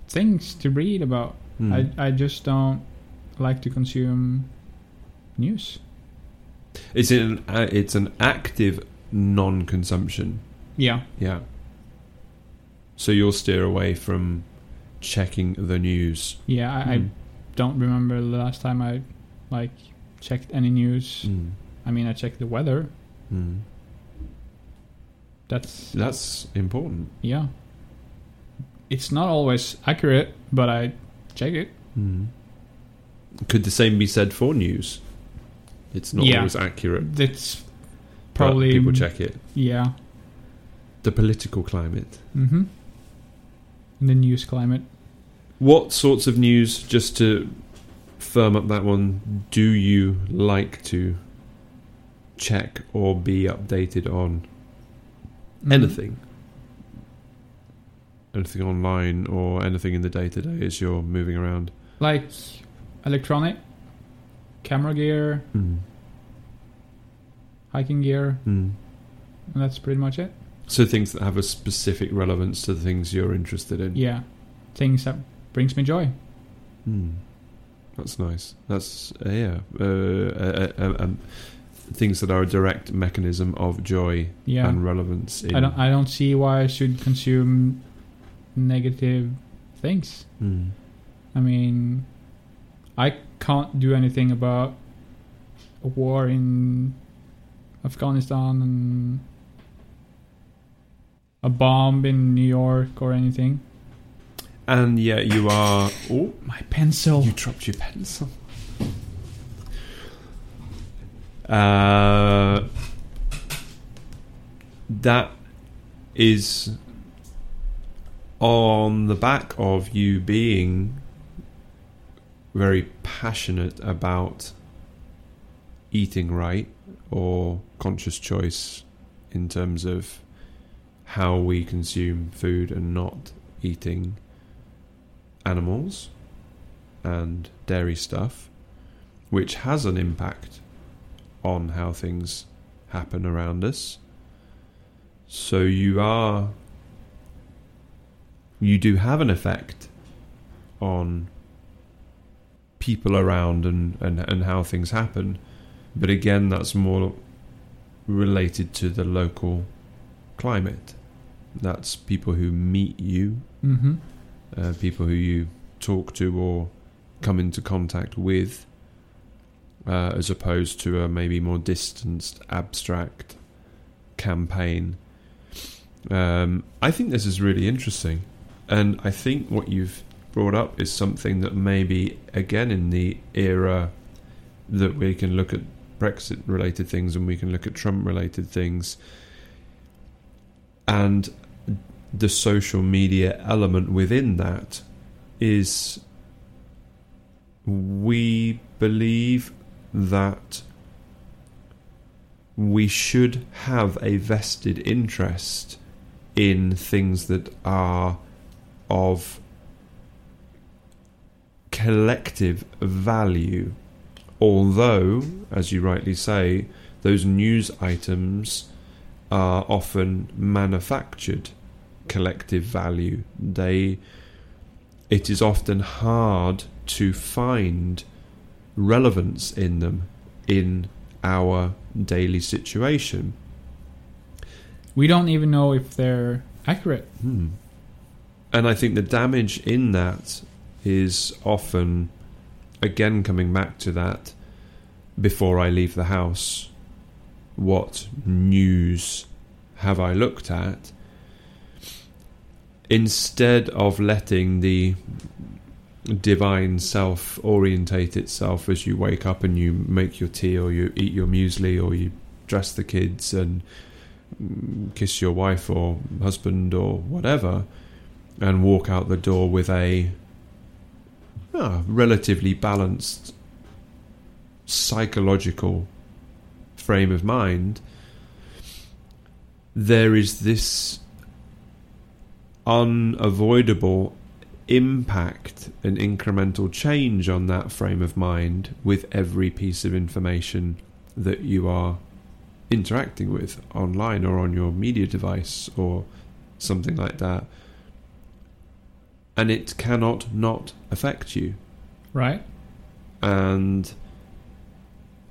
[SPEAKER 2] things to read about.
[SPEAKER 1] Hmm.
[SPEAKER 2] I I just don't like to consume news.
[SPEAKER 1] It's an uh, it's an active non-consumption.
[SPEAKER 2] Yeah,
[SPEAKER 1] Yeah, So you'll steer away from checking the news.
[SPEAKER 2] Yeah, I, I
[SPEAKER 1] Mm.
[SPEAKER 2] don't remember the last time I like checked any news.
[SPEAKER 1] Mm.
[SPEAKER 2] I mean, I checked the weather.
[SPEAKER 1] Mm.
[SPEAKER 2] That's
[SPEAKER 1] That's important.
[SPEAKER 2] yeah. It's not always accurate, but I check it.
[SPEAKER 1] Mm. Could the same be said for news? It's not
[SPEAKER 2] Yeah.
[SPEAKER 1] always accurate.
[SPEAKER 2] That's
[SPEAKER 1] but
[SPEAKER 2] probably
[SPEAKER 1] people check it.
[SPEAKER 2] Yeah.
[SPEAKER 1] The political climate.
[SPEAKER 2] Mm-hmm. In the news climate,
[SPEAKER 1] What sorts of news, just to firm up that one, do you like to check or be updated on?
[SPEAKER 2] Mm-hmm. Mm.
[SPEAKER 1] Anything. Anything online or anything in the day to day as you're moving around?
[SPEAKER 2] like electronic, camera gear,
[SPEAKER 1] Mm.
[SPEAKER 2] hiking gear,
[SPEAKER 1] Mm.
[SPEAKER 2] and that's pretty much it.
[SPEAKER 1] So things that have a specific relevance to the things you're interested in.
[SPEAKER 2] Yeah, things that brings me joy.
[SPEAKER 1] Mm. That's nice. That's uh, yeah. Uh, uh, uh, um, things that are a direct mechanism of joy
[SPEAKER 2] Yeah.
[SPEAKER 1] and relevance. In,
[SPEAKER 2] I don't. I don't see why I should consume negative things.
[SPEAKER 1] Mm.
[SPEAKER 2] I mean, I can't do anything about a war in Afghanistan and a bomb in New York or anything.
[SPEAKER 1] And yet you are. Oh,
[SPEAKER 2] My pencil.
[SPEAKER 1] you dropped your pencil. Uh, that is on the back of you being very passionate about eating right or conscious choice in terms of how we consume food and not eating animals and dairy stuff, which has an impact on how things happen around us. So you are, you do have an effect on people around and, and, and how things happen. But again, that's more related to the local climate. That's people who meet you
[SPEAKER 2] Mm-hmm.
[SPEAKER 1] uh, people who you talk to or come into contact with, uh, as opposed to a maybe more distanced, abstract campaign. Um, I think this is really interesting, and I think what you've brought up is something that maybe again in the era that we can look at Brexit related things and we can look at Trump related things and the social media element within that is we believe that we should have a vested interest in things that are of collective value. Although, as you rightly say, those news items are often manufactured collective value. They, it is often hard to find relevance in them in our daily situation.
[SPEAKER 2] We don't even know if they're accurate.
[SPEAKER 1] Hmm. And I think the damage in that is often, again, coming back to that before I leave the house, what news have I looked at? Instead of letting the divine self orientate itself as you wake up and you make your tea or you eat your muesli or you dress the kids and mm, kiss your wife or husband or whatever and walk out the door with a ah, relatively balanced psychological frame of mind, there is this unavoidable impact and incremental change on that frame of mind with every piece of information that you are interacting with online or on your media device or something like that. And it cannot not affect you
[SPEAKER 2] Right?
[SPEAKER 1] and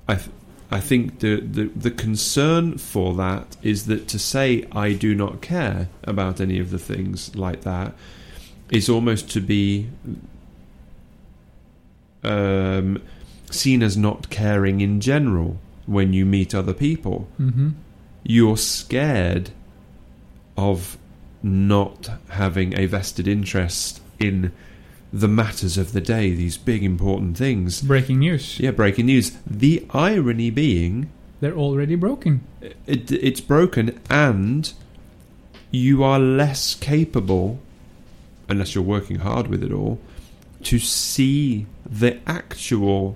[SPEAKER 1] I, th- I think the, the the concern for that is that to say I do not care about any of the things like that is almost to be um, seen as not caring in general when you meet other people
[SPEAKER 2] Mm-hmm.
[SPEAKER 1] you're scared of not having a vested interest in the matters of the day, these big important things.
[SPEAKER 2] Breaking news.
[SPEAKER 1] Yeah, breaking news. The irony being,
[SPEAKER 2] They're already broken.
[SPEAKER 1] it, it's broken, and you are less capable, unless you're working hard with it all, to see the actual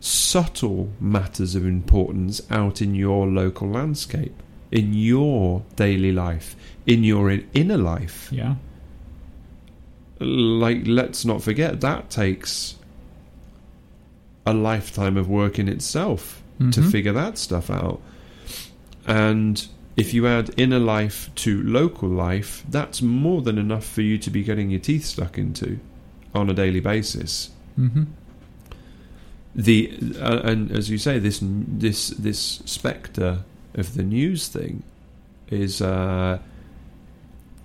[SPEAKER 1] subtle matters of importance out in your local landscape, in your daily life, in your in- inner life.
[SPEAKER 2] Yeah.
[SPEAKER 1] Like, let's not forget that takes a lifetime of work in itself to
[SPEAKER 2] Mhm.
[SPEAKER 1] figure that stuff out. And if you add inner life to local life, that's more than enough for you to be getting your teeth stuck into on a daily basis.
[SPEAKER 2] Mhm.
[SPEAKER 1] The uh, and as you say, this this this spectre of the news thing is uh,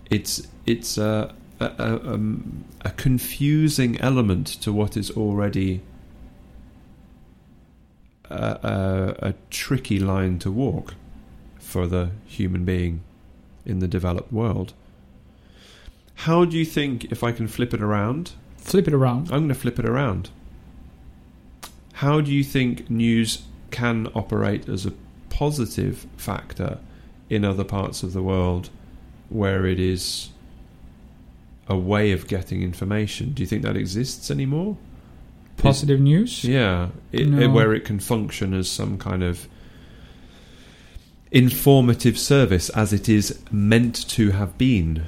[SPEAKER 1] it's it's uh, a a, um, a confusing element to what is already. A, a, a tricky line to walk for the human being in the developed world. How do you think, if I can flip it around,
[SPEAKER 2] Flip it around.
[SPEAKER 1] I'm going to flip it around. How do you think news can operate as a positive factor in other parts of the world where it is a way of getting information? Do you think that exists anymore?
[SPEAKER 2] Positive news.
[SPEAKER 1] Yeah, it,
[SPEAKER 2] No.
[SPEAKER 1] where it can function as some kind of informative service as it is meant to have been.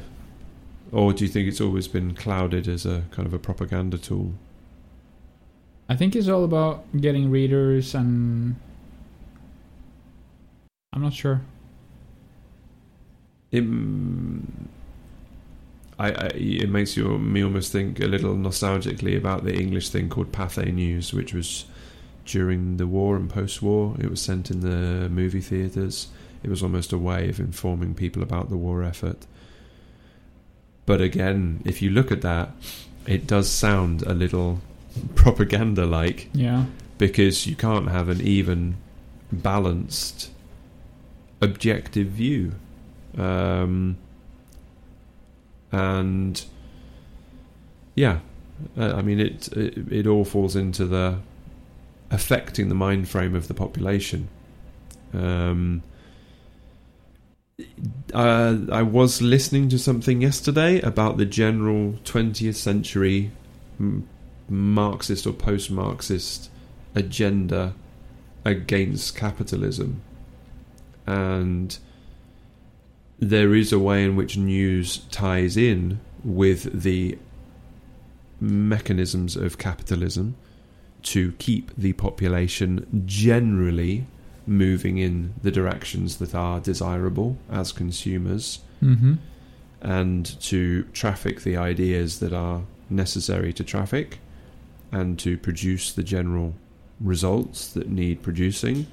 [SPEAKER 1] Or do you think it's always been clouded as a kind of a propaganda tool?
[SPEAKER 2] I think it's all about getting readers and. I'm not sure.
[SPEAKER 1] it, m- I, I- it makes you, me almost think a little nostalgically about the English thing called Pathé News, which was during the war and post-war. It was sent in the movie theatres. It was almost a way of informing people about the war effort. But again, if you look at that, it does sound a little *laughs* propaganda-like
[SPEAKER 2] Yeah.
[SPEAKER 1] because you can't have an even, balanced, objective view. Um, and yeah, uh, I mean it, it. It all falls into the affecting the mind frame of the population. Um, uh, I was listening to something yesterday about the general 20th century m- Marxist or post-Marxist agenda against capitalism. And there is a way in which news ties in with the mechanisms of capitalism to keep the population generally moving in the directions that are desirable as consumers
[SPEAKER 2] Mm-hmm.
[SPEAKER 1] and to traffic the ideas that are necessary to traffic and to produce the general results that need producing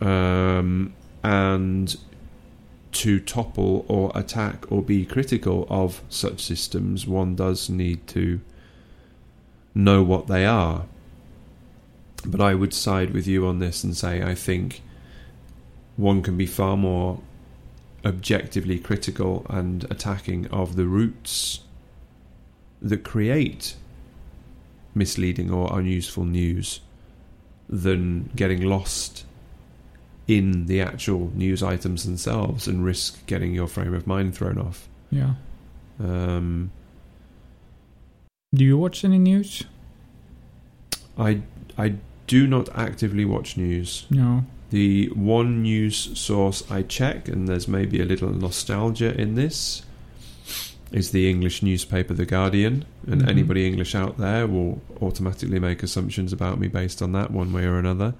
[SPEAKER 1] um, and to topple or attack or be critical of such systems one does need to know what they are but i would side with you on this and say i think one can be far more objectively critical and attacking of the roots that create misleading or unuseful news than getting lost in the actual news items themselves and risk getting your frame of mind thrown off.
[SPEAKER 2] Yeah.
[SPEAKER 1] Um,
[SPEAKER 2] Do you watch any news?
[SPEAKER 1] I I do not actively watch news.
[SPEAKER 2] No.
[SPEAKER 1] The one news source I check, and there's maybe a little nostalgia in this, is the English newspaper The Guardian. And
[SPEAKER 2] Mhm.
[SPEAKER 1] anybody English out there will automatically make assumptions about me based on that, one way or another.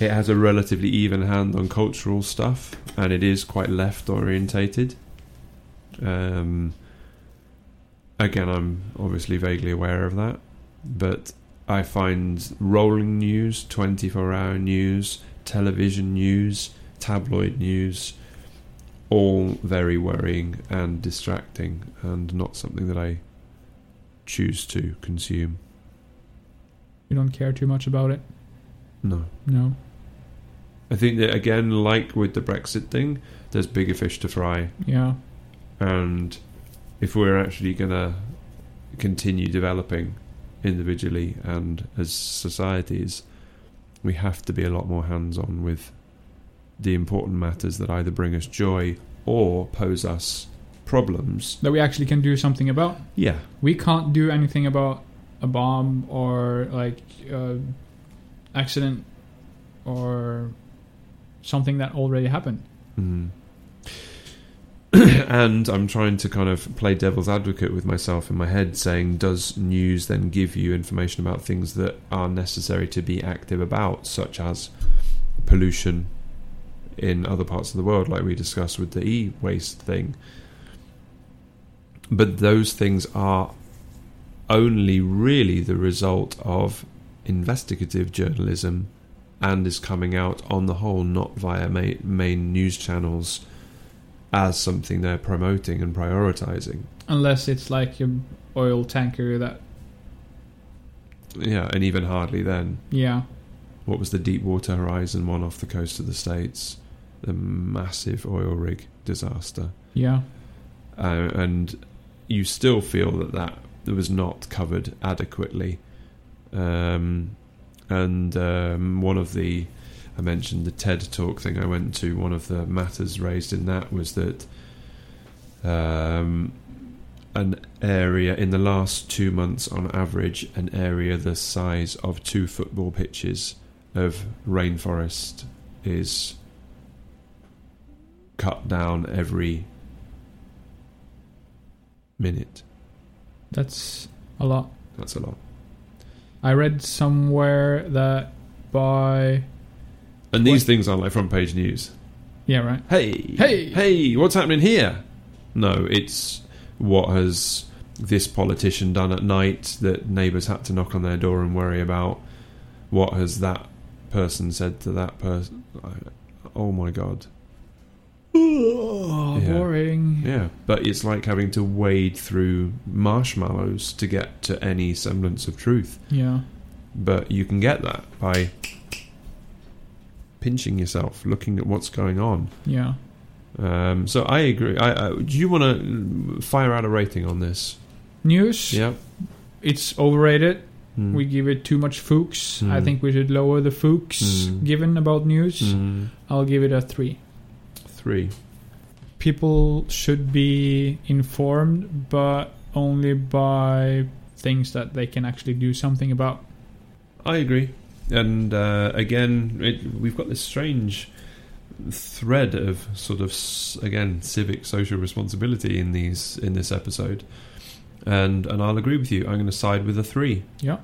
[SPEAKER 1] it has a relatively even hand on cultural stuff, and it is quite left orientated. Um, again, I'm obviously vaguely aware of that, but I find rolling news, 24 hour news, television news, tabloid news, all very worrying and distracting and not something that I choose to consume.
[SPEAKER 2] You don't care too much about it.
[SPEAKER 1] No.
[SPEAKER 2] No.
[SPEAKER 1] I think that, again, like with the Brexit thing, there's bigger fish to fry.
[SPEAKER 2] Yeah.
[SPEAKER 1] and if we're actually going to continue developing individually and as societies, we have to be a lot more hands on with the important matters that either bring us joy or pose us problems.
[SPEAKER 2] That we actually can do something about.
[SPEAKER 1] Yeah,
[SPEAKER 2] We can't do anything about a bomb or like uh, accident or something that already happened.
[SPEAKER 1] Mhm. *clears throat* and I'm trying to kind of play devil's advocate with myself in my head, saying, does news then give you information about things that are necessary to be active about, such as pollution in other parts of the world, like we discussed with the e waste thing? But those things are only really the result of investigative journalism and is coming out on the whole not via ma- main news channels as something they're promoting and prioritizing.
[SPEAKER 2] Unless it's like your oil tanker that
[SPEAKER 1] Yeah, and even hardly then.
[SPEAKER 2] yeah.
[SPEAKER 1] What was the Deepwater Horizon one off the coast of the States? The massive oil rig disaster.
[SPEAKER 2] Yeah.
[SPEAKER 1] Uh, and you still feel that that was not covered adequately. Um, and um, one of the, I mentioned the TED talk thing I went to, one of the matters raised in that was that um, an area, in the last two months on average, an area the size of two football pitches of rainforest is cut down every minute.
[SPEAKER 2] That's a lot.
[SPEAKER 1] That's a lot.
[SPEAKER 2] I read somewhere that by
[SPEAKER 1] And these things aren't like front page news.
[SPEAKER 2] yeah, right.
[SPEAKER 1] Hey,
[SPEAKER 2] Hey!
[SPEAKER 1] hey, what's happening here? No, it's what has this politician done at night that neighbours had to knock on their door and worry about? What has that person said to that person? Oh my god.
[SPEAKER 2] Oh,
[SPEAKER 1] *laughs* Yeah.
[SPEAKER 2] boring.
[SPEAKER 1] Yeah, but it's like having to wade through marshmallows to get to any semblance of truth.
[SPEAKER 2] yeah.
[SPEAKER 1] But you can get that by pinching yourself, looking at what's going on.
[SPEAKER 2] Yeah.
[SPEAKER 1] Um, so I agree. I, I, do you want to fire out a rating on this?
[SPEAKER 2] News.
[SPEAKER 1] Yeah.
[SPEAKER 2] It's overrated.
[SPEAKER 1] Mm.
[SPEAKER 2] We give it too much fooks. I
[SPEAKER 1] Mm.
[SPEAKER 2] think we should lower the fooks
[SPEAKER 1] Mm.
[SPEAKER 2] given about news.
[SPEAKER 1] Mm.
[SPEAKER 2] I'll give it a three.
[SPEAKER 1] three.
[SPEAKER 2] People should be informed, but only by things that they can actually do something about.
[SPEAKER 1] I agree. And uh, again, it, we've got this strange thread of sort of s- again civic social responsibility in these in this episode. And and I'll agree with you. I'm going to side with a three.
[SPEAKER 2] Yeah.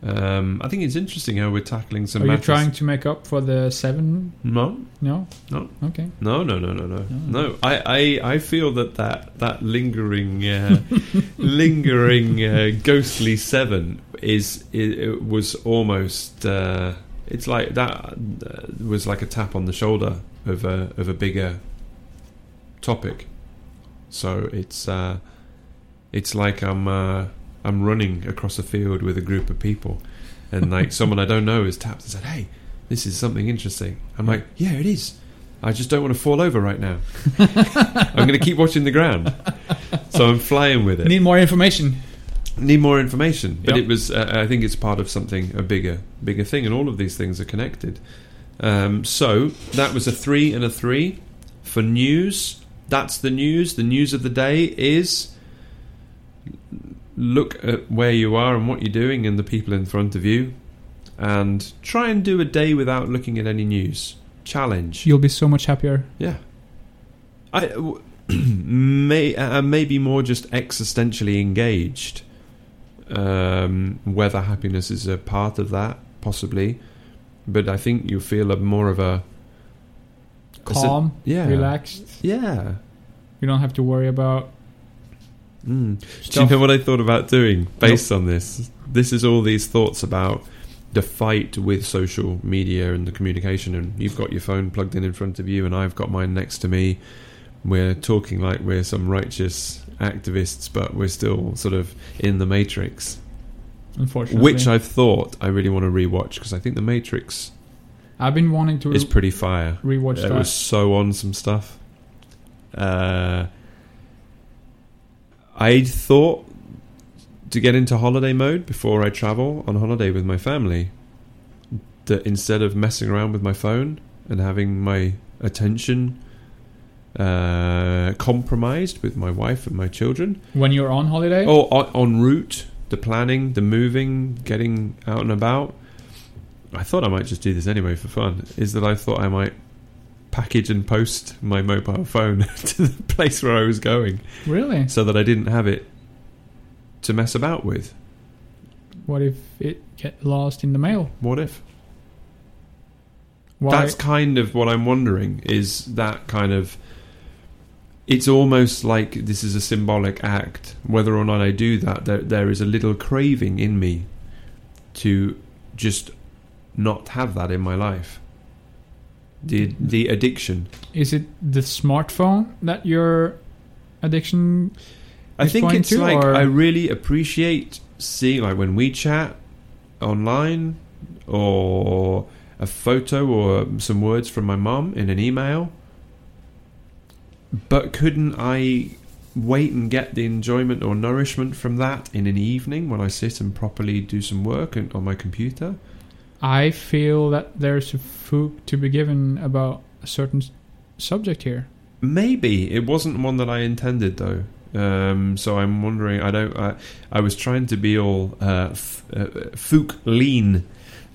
[SPEAKER 1] Um, I think it's interesting how we're tackling some.
[SPEAKER 2] Are you
[SPEAKER 1] matters-
[SPEAKER 2] trying to make up for the seven?
[SPEAKER 1] No,
[SPEAKER 2] No.
[SPEAKER 1] No.
[SPEAKER 2] Okay.
[SPEAKER 1] No, no, no, no, no,
[SPEAKER 2] No.
[SPEAKER 1] no. I, I, I feel that that, that lingering, uh, *laughs* lingering uh, ghostly seven is it, it was almost. Uh, it's like that uh, was like a tap on the shoulder of a of a bigger topic. So it's uh, it's like I'm uh, I'm running across a field with a group of people, and like someone I don't know has tapped and said, "Hey, this is something interesting." I'm like, "Yeah, it is." I just don't want to fall over right now. I'm going to keep watching the ground. So I'm flying with it.
[SPEAKER 2] Need more information.
[SPEAKER 1] Need more information, but
[SPEAKER 2] Yep.
[SPEAKER 1] it was. Uh, I think it's part of something a bigger, bigger thing, and all of these things are connected. Um, so that was a three and a three for news. That's the news. The news of the day is look at where you are and what you're doing and the people in front of you, and try and do a day without looking at any news. Challenge.
[SPEAKER 2] You'll be so much happier.
[SPEAKER 1] Yeah. I w- *clears throat* may uh, maybe more just existentially engaged. Um, whether happiness is a part of that, possibly, but I think you feel a more of a a sen-
[SPEAKER 2] Calm.
[SPEAKER 1] yeah,
[SPEAKER 2] Relaxed.
[SPEAKER 1] yeah.
[SPEAKER 2] You don't have to worry about
[SPEAKER 1] Mm. Do you
[SPEAKER 2] stuff.
[SPEAKER 1] know what I thought about doing based on this? this is all these thoughts about the fight with social media and the communication. And you've got your phone plugged in in front of you, and I've got mine next to me. We're talking like we're some righteous activists, but we're still sort of in the matrix.
[SPEAKER 2] unfortunately.
[SPEAKER 1] Which I've thought I really want to rewatch because I think the Matrix
[SPEAKER 2] I've been wanting to
[SPEAKER 1] is
[SPEAKER 2] re-
[SPEAKER 1] pretty fire.
[SPEAKER 2] rewatch
[SPEAKER 1] It
[SPEAKER 2] that.
[SPEAKER 1] was so on some stuff. Uh, I thought to get into holiday mode before I travel on holiday with my family that instead of messing around with my phone and having my attention uh, compromised with my wife and my children,
[SPEAKER 2] when you're on holiday.
[SPEAKER 1] Oh, en- en route, the planning, the moving, getting out and about. I thought I might just do this anyway for fun. Is that I thought I might package and post my mobile phone *laughs* to the place where I was going
[SPEAKER 2] Really?
[SPEAKER 1] so that I didn't have it to mess about with.
[SPEAKER 2] What if it get lost in the mail?
[SPEAKER 1] What if?
[SPEAKER 2] Why?
[SPEAKER 1] That's kind of what I'm wondering is that kind of. It's almost like this is a symbolic act. Whether or not I do that, there, there is a little craving in me to just not have that in my life. The, the addiction.
[SPEAKER 2] Is it the smartphone that your addiction?
[SPEAKER 1] I
[SPEAKER 2] It's
[SPEAKER 1] think
[SPEAKER 2] going
[SPEAKER 1] it's
[SPEAKER 2] to,
[SPEAKER 1] like
[SPEAKER 2] or-
[SPEAKER 1] I really appreciate seeing, like when we chat online or a photo or some words from my mum in an email. But couldn't I wait and get the enjoyment or nourishment from that in an evening when I sit and properly do some work and, on my computer?
[SPEAKER 2] I feel that there's a fook to be given about a certain s- subject here.
[SPEAKER 1] Maybe it wasn't one that I intended though. Um, so I'm wondering. I don't. I, I was trying to be all uh, f- uh, fook lean.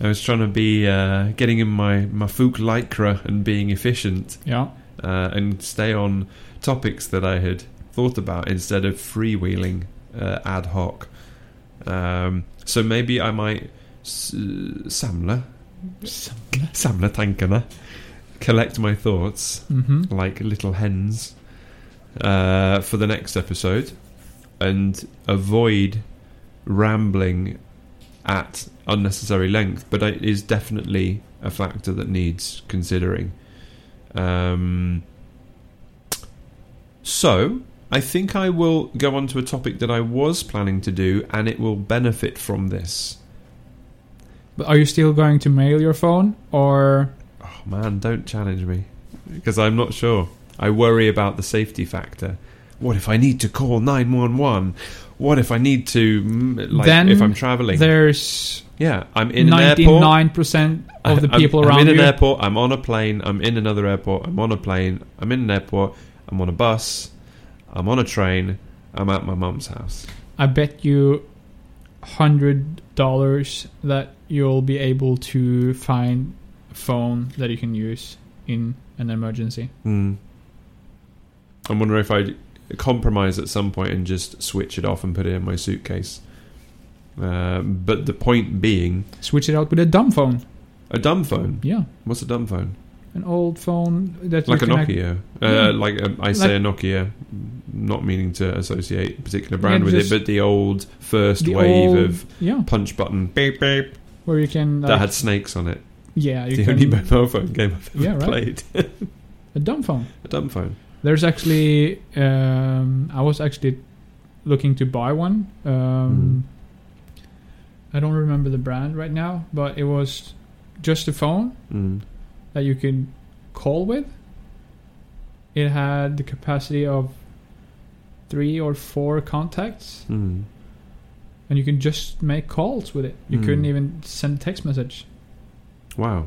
[SPEAKER 1] I was trying to be uh, getting in my my fook lycra and being efficient
[SPEAKER 2] Yeah.
[SPEAKER 1] uh, and stay on topics that I had thought about instead of freewheeling uh, ad hoc. Um, so maybe I might s- uh, samla samla tankana collect my thoughts
[SPEAKER 2] Mm-hmm.
[SPEAKER 1] like little hens uh, for the next episode and avoid rambling at unnecessary length, but it is definitely a factor that needs considering. Um, so, I think I will go on to a topic that I was planning to do, and it will benefit from this.
[SPEAKER 2] But are you still going to mail your phone or?
[SPEAKER 1] Oh man, don't challenge me because I'm not sure. I worry about the safety factor. What if I need to call 911? What if I need to mm, like
[SPEAKER 2] Then
[SPEAKER 1] if I'm traveling?
[SPEAKER 2] There's
[SPEAKER 1] yeah, I'm in an airport.
[SPEAKER 2] ninety-nine percent of the
[SPEAKER 1] *laughs* I'm-
[SPEAKER 2] people
[SPEAKER 1] I'm,
[SPEAKER 2] around
[SPEAKER 1] in an
[SPEAKER 2] you.
[SPEAKER 1] airport, I'm on a plane, I'm in another airport, I'm on a plane, I'm in an airport, I'm on a bus, I'm on a train, I'm at my mum's house.
[SPEAKER 2] I bet you hundred dollars that you'll be able to find a phone that you can use in an emergency.
[SPEAKER 1] Hmm. I'm wondering if I'd compromise at some point and just switch it off and put it in my suitcase. Uh, but the point being,
[SPEAKER 2] Switch it out with a dumb phone.
[SPEAKER 1] a dumb phone.
[SPEAKER 2] Yeah,
[SPEAKER 1] What's a dumb phone?
[SPEAKER 2] an old phone that
[SPEAKER 1] Like a
[SPEAKER 2] you can act-
[SPEAKER 1] Nokia.
[SPEAKER 2] Yeah.
[SPEAKER 1] Uh, like um, I say, a Nokia. Not meaning to associate a particular brand
[SPEAKER 2] Yeah,
[SPEAKER 1] with
[SPEAKER 2] just
[SPEAKER 1] it, but the old first
[SPEAKER 2] the
[SPEAKER 1] wave
[SPEAKER 2] old-
[SPEAKER 1] of
[SPEAKER 2] yeah,
[SPEAKER 1] punch button beep beep
[SPEAKER 2] where you can like,
[SPEAKER 1] that had snakes on it.
[SPEAKER 2] yeah, you
[SPEAKER 1] the
[SPEAKER 2] can
[SPEAKER 1] only mobile phone game I've ever
[SPEAKER 2] Yeah, right.
[SPEAKER 1] played.
[SPEAKER 2] a dumb phone.
[SPEAKER 1] a dumb phone.
[SPEAKER 2] There's actually um, I was actually looking to buy one. Um,
[SPEAKER 1] Hmm.
[SPEAKER 2] I don't remember the brand right now, but it was just a phone
[SPEAKER 1] Mm.
[SPEAKER 2] that you can call with. It had the capacity of three or four contacts,
[SPEAKER 1] Mm.
[SPEAKER 2] and you can just make calls with it. You
[SPEAKER 1] Mm.
[SPEAKER 2] couldn't even send text message.
[SPEAKER 1] Wow.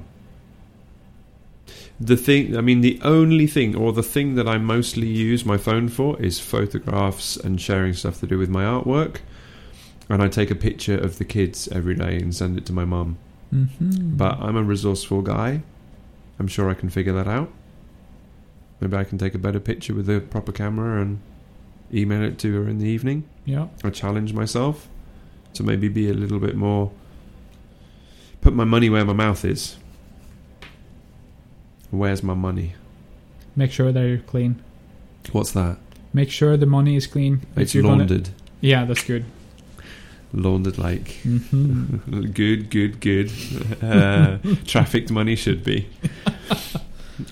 [SPEAKER 1] The thing, I mean, the only thing, or the thing that I mostly use my phone for is photographs and sharing stuff to do with my artwork. And I take a picture of the kids every day and send it to my mum.
[SPEAKER 2] Mm-hmm.
[SPEAKER 1] But I'm a resourceful guy. I'm sure I can figure that out. Maybe I can take a better picture with a proper camera and email it to her in the evening.
[SPEAKER 2] yeah,
[SPEAKER 1] I challenge myself to maybe be a little bit more. Put my money where my mouth is. Where's my money?
[SPEAKER 2] make sure that you're clean.
[SPEAKER 1] What's that?
[SPEAKER 2] Make sure the money is clean. If
[SPEAKER 1] It's
[SPEAKER 2] you're gonna-
[SPEAKER 1] laundered.
[SPEAKER 2] yeah, that's good.
[SPEAKER 1] laundered like *laughs*
[SPEAKER 2] Mhm.
[SPEAKER 1] good, good, good. Uh, trafficked money should be.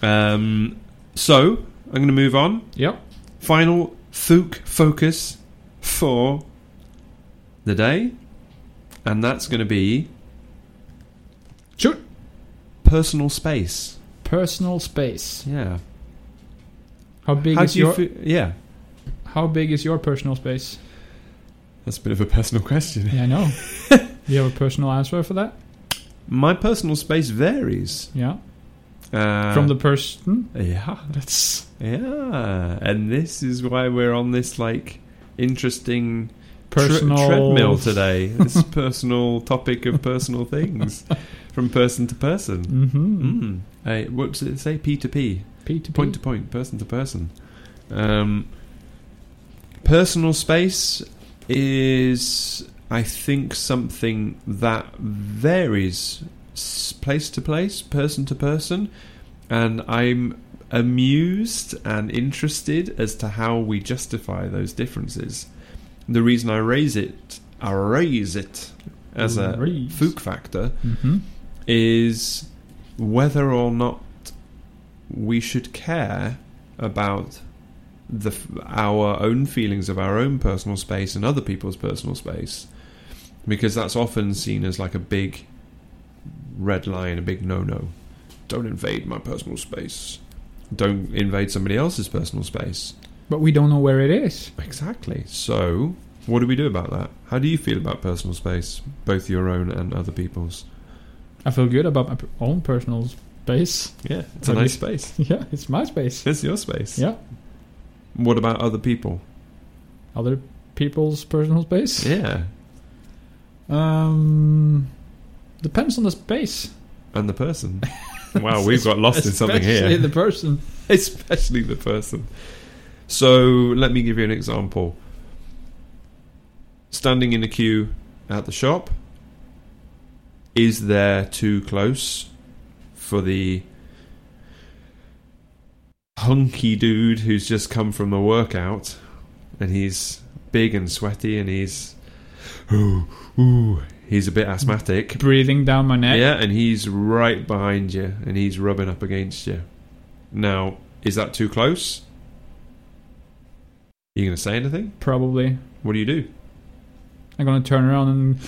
[SPEAKER 1] Um, so I'm going to move on.
[SPEAKER 2] Yep.
[SPEAKER 1] Final Fook focus for the day, and that's going to be
[SPEAKER 2] Sure.
[SPEAKER 1] personal space.
[SPEAKER 2] Personal space.
[SPEAKER 1] Yeah.
[SPEAKER 2] How big
[SPEAKER 1] How
[SPEAKER 2] is
[SPEAKER 1] do you
[SPEAKER 2] your
[SPEAKER 1] fe- yeah.
[SPEAKER 2] How big is your personal
[SPEAKER 1] *laughs*
[SPEAKER 2] space?
[SPEAKER 1] That's a bit of a personal *laughs* question.
[SPEAKER 2] Yeah, I know. Do you have a personal answer for that?
[SPEAKER 1] My personal space varies.
[SPEAKER 2] Yeah.
[SPEAKER 1] Uh,
[SPEAKER 2] From the person.
[SPEAKER 1] yeah,
[SPEAKER 2] That's
[SPEAKER 1] yeah, and this is why we're on this like interesting tre-
[SPEAKER 2] personal *laughs*
[SPEAKER 1] treadmill today. This personal topic of personal things from person to person.
[SPEAKER 2] Mm-hmm.
[SPEAKER 1] Mm. Uh, what does it say? P to P,
[SPEAKER 2] P to
[SPEAKER 1] point to point, person to person. Um, personal space is, I think, something that varies s- place to place, person to person, and I'm amused and interested as to how we justify those differences. The reason I raise it, I raise it as a
[SPEAKER 2] Raise.
[SPEAKER 1] fook factor
[SPEAKER 2] Mm-hmm.
[SPEAKER 1] is whether or not we should care about the f- our own feelings of our own personal space and other people's personal space because that's often seen as like a big red line a big no-no don't invade my personal space don't invade somebody else's personal space
[SPEAKER 2] But we don't know where it is.
[SPEAKER 1] exactly so what do we do about that how do you feel about personal space both your own and other people's
[SPEAKER 2] I feel good about my p- own personal space. *laughs*
[SPEAKER 1] yeah it's a
[SPEAKER 2] How do
[SPEAKER 1] nice
[SPEAKER 2] you-
[SPEAKER 1] space
[SPEAKER 2] yeah, it's my space.
[SPEAKER 1] It's your space.
[SPEAKER 2] Yeah.
[SPEAKER 1] What about other people?
[SPEAKER 2] Other people's personal space.
[SPEAKER 1] Yeah.
[SPEAKER 2] Um, depends on the space.
[SPEAKER 1] And the person.
[SPEAKER 2] *laughs*
[SPEAKER 1] wow, we've got lost in something
[SPEAKER 2] Especially
[SPEAKER 1] here.
[SPEAKER 2] the person.
[SPEAKER 1] *laughs* Especially the person. So let me give you an example. Standing in a queue at the shop is there too close for the hunky dude who's just come from a workout and he's big and sweaty and he's ooh, ooh, he's a bit asthmatic
[SPEAKER 2] Breathing down my neck.
[SPEAKER 1] yeah, and he's right behind you, and he's rubbing up against you. Now, is that too close? you going to say anything?
[SPEAKER 2] Probably.
[SPEAKER 1] What do you do?
[SPEAKER 2] I'm gonna turn around and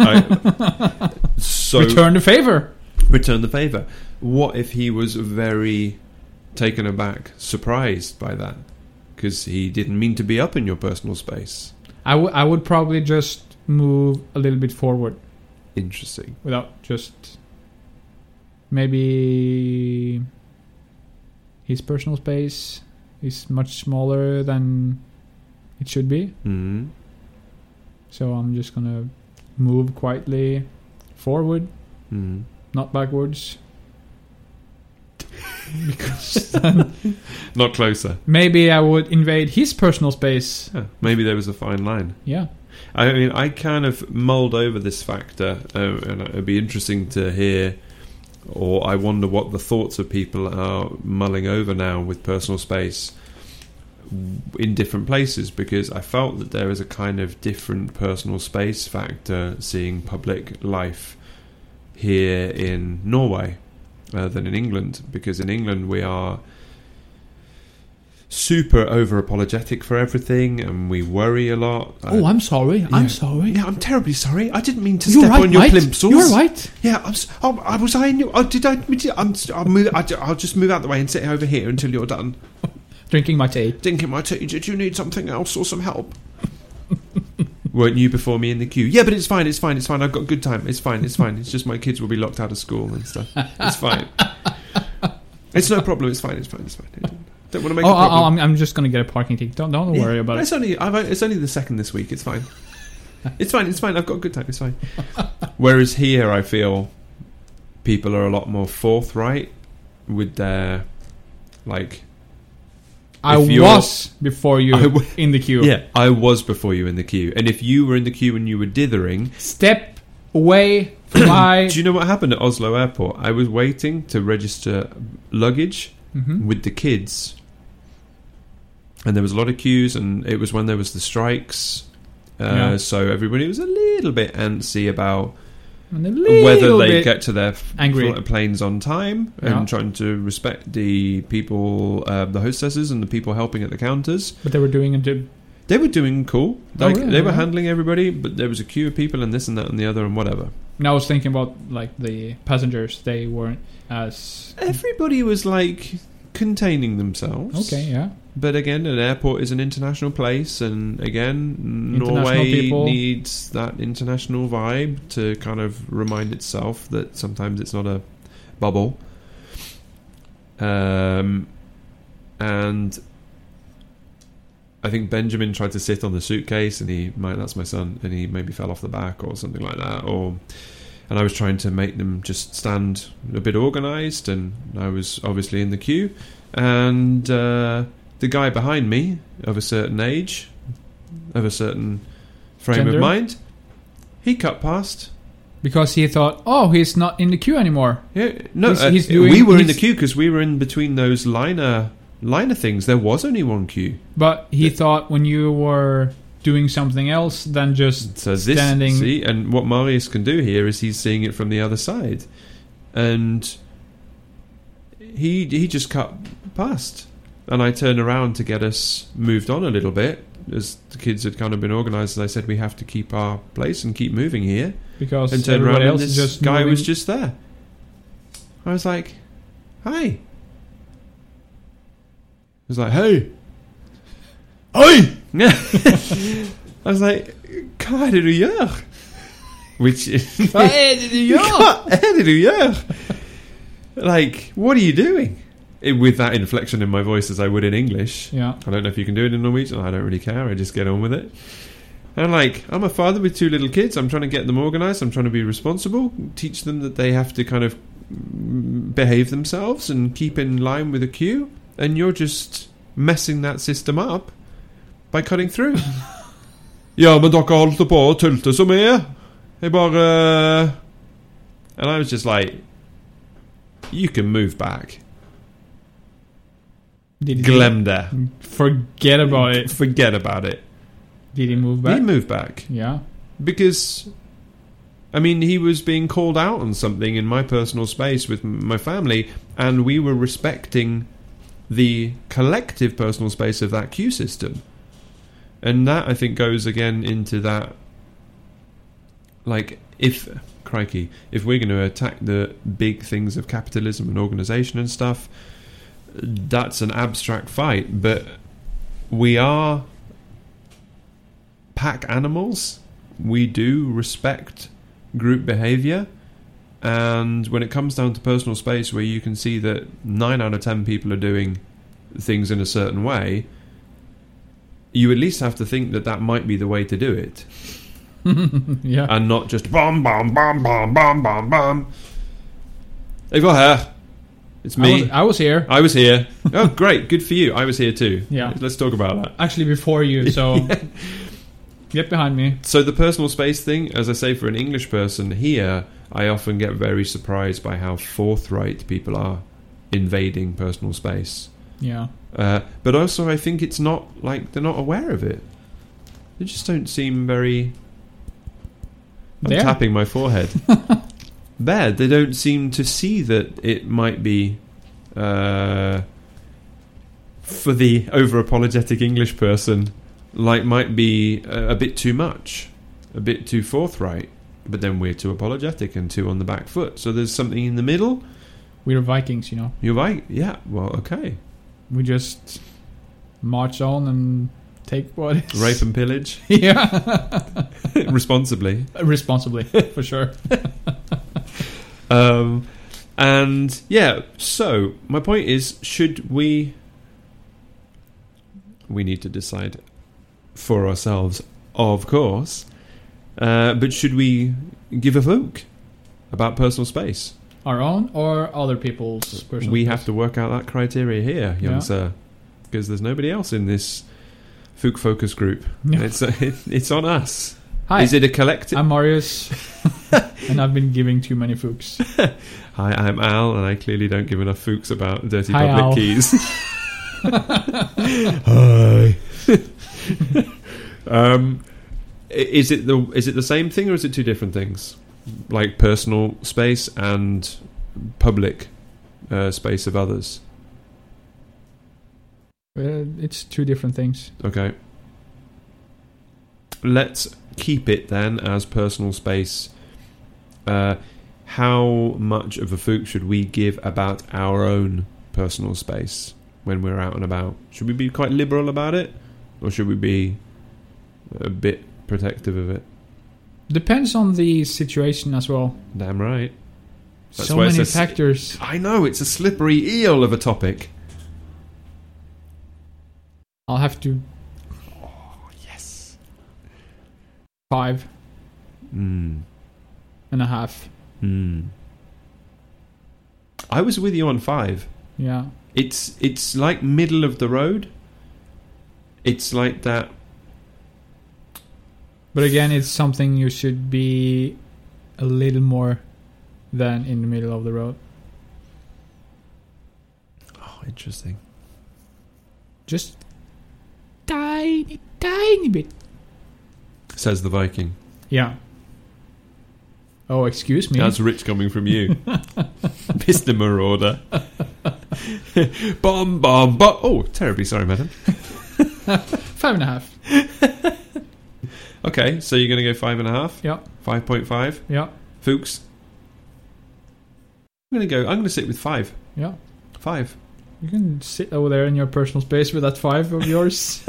[SPEAKER 1] I- so
[SPEAKER 2] return the favor.
[SPEAKER 1] return the favor. What if he was very taken aback, surprised by that, because he didn't mean to be up in your personal space?
[SPEAKER 2] I wou- I would probably just move a little bit forward
[SPEAKER 1] Interesting.
[SPEAKER 2] without just maybe his personal space is much smaller than it should be.
[SPEAKER 1] Mm.
[SPEAKER 2] So I'm just gonna move quietly forward,
[SPEAKER 1] Mm.
[SPEAKER 2] not backwards. because then
[SPEAKER 1] Not closer.
[SPEAKER 2] maybe I would invade his personal space.
[SPEAKER 1] Yeah. Maybe there was a fine line.
[SPEAKER 2] Yeah.
[SPEAKER 1] I mean, I kind of mulled over this factor, uh, and it'd be interesting to hear, or I wonder what the thoughts of people are mulling over now with personal space in different places, because I felt that there is a kind of different personal space factor seeing public life here in Norway uh, than in England, because in England we are super over apologetic for everything and we worry a lot. I-
[SPEAKER 2] Oh, I'm sorry.
[SPEAKER 1] I'm
[SPEAKER 2] sorry.
[SPEAKER 1] yeah, I'm terribly sorry. I didn't mean to step on your plimsolls.
[SPEAKER 2] right.
[SPEAKER 1] Yeah, I'm, s- oh, I was. I knew. Oh, did I? did- I'm, s- I'll move. I, will just move out the way and sit over here until you're done.
[SPEAKER 2] Drinking my tea.
[SPEAKER 1] Dink in my tea. Did you need something else or some
[SPEAKER 2] *laughs*
[SPEAKER 1] help? Weren't you before me in the queue? Yeah, but it's fine. It's fine. It's fine. I've got good time. It's fine. It's fine. It's just my kids will be locked out of school and stuff. It's
[SPEAKER 2] *laughs*
[SPEAKER 1] fine. It's no problem. It's fine. It's fine. It's fine. Don't want to make
[SPEAKER 2] Oh,
[SPEAKER 1] a
[SPEAKER 2] oh,
[SPEAKER 1] problem.
[SPEAKER 2] oh, I'm, I'm just gonna get a parking ticket. Don't don't
[SPEAKER 1] Yeah,
[SPEAKER 2] worry about
[SPEAKER 1] it's
[SPEAKER 2] it.
[SPEAKER 1] Only, I've, it's only the second this week. It's
[SPEAKER 2] *laughs*
[SPEAKER 1] fine. It's fine. It's fine. I've got a good time. It's fine. Whereas here, I feel people are a lot more forthright with their like.
[SPEAKER 2] I
[SPEAKER 1] if you're-
[SPEAKER 2] was before you
[SPEAKER 1] I w-
[SPEAKER 2] in the queue.
[SPEAKER 1] Yeah, I was before you in the queue, and if you were in the queue and you were dithering,
[SPEAKER 2] Step away *coughs* from my.
[SPEAKER 1] do you know what happened at Oslo Airport? I was waiting to register luggage
[SPEAKER 2] Mhm.
[SPEAKER 1] with the kids, and there was a lot of queues, and it was when there was the strikes. Uh,
[SPEAKER 2] Yeah.
[SPEAKER 1] So everybody was a little bit antsy about
[SPEAKER 2] And a little
[SPEAKER 1] whether they
[SPEAKER 2] bit
[SPEAKER 1] get to their
[SPEAKER 2] angry.
[SPEAKER 1] fl- planes on time
[SPEAKER 2] Yeah.
[SPEAKER 1] and trying to respect the people, uh, the hostesses and the people helping at the counters.
[SPEAKER 2] But they were doing a job.
[SPEAKER 1] They were doing cool.
[SPEAKER 2] Oh,
[SPEAKER 1] Like
[SPEAKER 2] really?
[SPEAKER 1] they were
[SPEAKER 2] Yeah.
[SPEAKER 1] handling everybody, but there was a queue of people and this and that and the other and whatever.
[SPEAKER 2] And I was thinking about like the passengers. They weren't as
[SPEAKER 1] Everybody was like containing themselves.
[SPEAKER 2] okay. Yeah.
[SPEAKER 1] But again, an airport is an international place, and again,
[SPEAKER 2] International
[SPEAKER 1] Norway
[SPEAKER 2] people.
[SPEAKER 1] needs that international vibe to kind of remind itself that sometimes it's not a bubble. Um, and I think Benjamin tried to sit on the suitcase, and he might that's my son, and he maybe fell off the back or something like that, or. And I was trying to make them just stand a bit organised, and I was obviously in the queue, and. Uh, the guy behind me of a certain age, of a certain frame
[SPEAKER 2] Gender?
[SPEAKER 1] of mind, he cut past.
[SPEAKER 2] Because he thought, oh, he's not in the queue anymore.
[SPEAKER 1] Yeah, no,
[SPEAKER 2] He's-
[SPEAKER 1] uh,
[SPEAKER 2] he's doing-
[SPEAKER 1] we were in the
[SPEAKER 2] he's-
[SPEAKER 1] queue because we were in between those liner liner things. There was only one queue.
[SPEAKER 2] But he
[SPEAKER 1] Yeah.
[SPEAKER 2] thought when you were doing something else than just
[SPEAKER 1] So this
[SPEAKER 2] Standing-
[SPEAKER 1] see, and what Marius can do here is he's seeing it from the other side, and he he just cut past, and I turned around to get us moved on a little bit as the kids had kind of been organised. And I said we have to keep our place and keep moving here.
[SPEAKER 2] because
[SPEAKER 1] and turned around
[SPEAKER 2] everybody
[SPEAKER 1] and
[SPEAKER 2] else
[SPEAKER 1] this
[SPEAKER 2] is just
[SPEAKER 1] guy
[SPEAKER 2] moving-
[SPEAKER 1] was just there. I was like, "Hi." He was like, "Hey, hey." *laughs* I was like, "Hva er det du gjør?" Which *laughs*
[SPEAKER 2] *laughs* Hva er det du gjør?
[SPEAKER 1] Hva er det du gjør? Like, what are you doing? It, with that inflection in my voice, as I would in English.
[SPEAKER 2] Yeah.
[SPEAKER 1] I don't know if you can do it in Norwegian. I don't really care. I just get on with it. I'm like, I'm a father with two little kids. I'm trying to get them organized. I'm trying to be responsible. Teach them that they have to kind of mm, behave themselves and keep in line with a queue. And you're just messing that system up by cutting through. ja, men dere holdt på å tulte så mye. Jeg bare And I was just like, you can move back.
[SPEAKER 2] Did he
[SPEAKER 1] Glem there.
[SPEAKER 2] Forget about it.
[SPEAKER 1] Forget about it.
[SPEAKER 2] Did he move
[SPEAKER 1] He
[SPEAKER 2] back?
[SPEAKER 1] moved back.
[SPEAKER 2] Yeah. *laughs*
[SPEAKER 1] because I mean he was being called out on something in my personal space with m- my family, and we were respecting the collective personal space of that queue system, and that I think goes again into that like if crikey if we're going to attack the big things of capitalism and organization and stuff that's an abstract fight but we are pack animals we do respect group behavior. And when it comes down to personal space, where you can see that nine out of ten people are doing things in a certain way, you at least have to think that that might be the way to do it,
[SPEAKER 2] yeah.
[SPEAKER 1] and not just bomb, bomb, bomb, bomb, bomb, bomb, bomb. They've got hair. It's
[SPEAKER 2] I was,
[SPEAKER 1] me.
[SPEAKER 2] I was here
[SPEAKER 1] I was here. Oh, great. Good for you. I was here too.
[SPEAKER 2] Yeah.
[SPEAKER 1] Let's talk about that.
[SPEAKER 2] actually before you,
[SPEAKER 1] *laughs*
[SPEAKER 2] so get behind me.
[SPEAKER 1] So the personal space thing, as I say, for an English person here, I often get very surprised by how forthright people are invading personal space.
[SPEAKER 2] Yeah.
[SPEAKER 1] Uh, but also, I think it's not like they're not aware of it. They just don't seem very. I'm
[SPEAKER 2] There.
[SPEAKER 1] tapping my forehead. there, they don't seem to see that it might be. Uh, for the over apologetic English person, like might be a, a bit too much, a bit too forthright, but then we're too apologetic and too on the back foot. So there's something in the middle.
[SPEAKER 2] We were Vikings, you know.
[SPEAKER 1] You're right. Yeah. Well, okay.
[SPEAKER 2] We just march on and take what is. *laughs*
[SPEAKER 1] Rape and pillage *laughs*
[SPEAKER 2] yeah. *laughs*
[SPEAKER 1] responsibly.
[SPEAKER 2] Responsibly, for sure.
[SPEAKER 1] Um, and yeah, so my point is, should we? We need to decide for ourselves, of course. Uh, but should we give a vote about personal space?
[SPEAKER 2] Our own or other people's personal.
[SPEAKER 1] we have to work out that criteria here, young
[SPEAKER 2] Yeah.
[SPEAKER 1] sir, because there's nobody else in this Fook Focus group.
[SPEAKER 2] Yeah.
[SPEAKER 1] It's *laughs* it's on us.
[SPEAKER 2] Hi, Uh,
[SPEAKER 1] Is it a collective? *laughs*
[SPEAKER 2] I'm Marius, and I've been giving too many fooks.
[SPEAKER 1] Hi, I'm Al, and I clearly don't give enough fooks about dirty
[SPEAKER 2] Hi,
[SPEAKER 1] public
[SPEAKER 2] Al.
[SPEAKER 1] keys. Hi. *laughs* um, i- is it the is it the same thing or is it two different things? Like personal space and public uh, space of others.
[SPEAKER 2] Uh, it's two different things.
[SPEAKER 1] Okay. Let's keep it then as personal space. Uh, how much of a fook should we give about our own personal space when we're out and about? Should we be quite liberal about it, or should we be a bit protective of it?
[SPEAKER 2] Depends on the situation as well.
[SPEAKER 1] Damn right. That's
[SPEAKER 2] so
[SPEAKER 1] why it
[SPEAKER 2] many
[SPEAKER 1] says-
[SPEAKER 2] factors.
[SPEAKER 1] I know it's a slippery eel of a topic.
[SPEAKER 2] I'll have to
[SPEAKER 1] Yes.
[SPEAKER 2] five
[SPEAKER 1] Mm.
[SPEAKER 2] and a half.
[SPEAKER 1] Mm. I was with you on five.
[SPEAKER 2] Yeah.
[SPEAKER 1] It's it's like middle of the road. It's like that.
[SPEAKER 2] But again, it's something you should be a little more than in the middle of the road.
[SPEAKER 1] Oh, interesting.
[SPEAKER 2] Just tiny, tiny bit.
[SPEAKER 1] Says the Viking.
[SPEAKER 2] Yeah. Oh, excuse me.
[SPEAKER 1] That's rich coming from
[SPEAKER 2] *laughs*
[SPEAKER 1] you, Mister Marauder. *laughs* bomb, bomb, bomb. Oh, terribly sorry, madam.
[SPEAKER 2] Five and a half.
[SPEAKER 1] Okay, so you're going to go five and a half.
[SPEAKER 2] Yeah.
[SPEAKER 1] Five point five.
[SPEAKER 2] Yeah.
[SPEAKER 1] Fuchs. I'm going to go. I'm going to sit with five.
[SPEAKER 2] Yeah.
[SPEAKER 1] Five.
[SPEAKER 2] You can sit over there in your personal space with that five
[SPEAKER 1] *laughs*
[SPEAKER 2] of yours.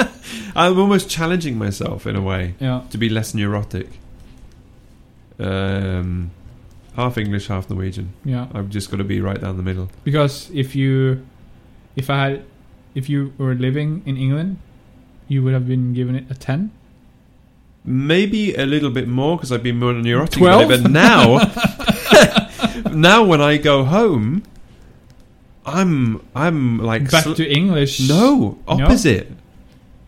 [SPEAKER 1] I'm almost challenging myself in a way
[SPEAKER 2] yeah.
[SPEAKER 1] to be less neurotic. Um, half English, half Norwegian.
[SPEAKER 2] Yeah.
[SPEAKER 1] I've just got to be right down the middle.
[SPEAKER 2] Because if you, if I had, if you were living in England, you would have been given it a ten.
[SPEAKER 1] Maybe a little bit more because I've been more neurotic.
[SPEAKER 2] Twelve?
[SPEAKER 1] But even *laughs* now, now when I go home, I'm I'm like
[SPEAKER 2] Back
[SPEAKER 1] sl-
[SPEAKER 2] to English.
[SPEAKER 1] no opposite.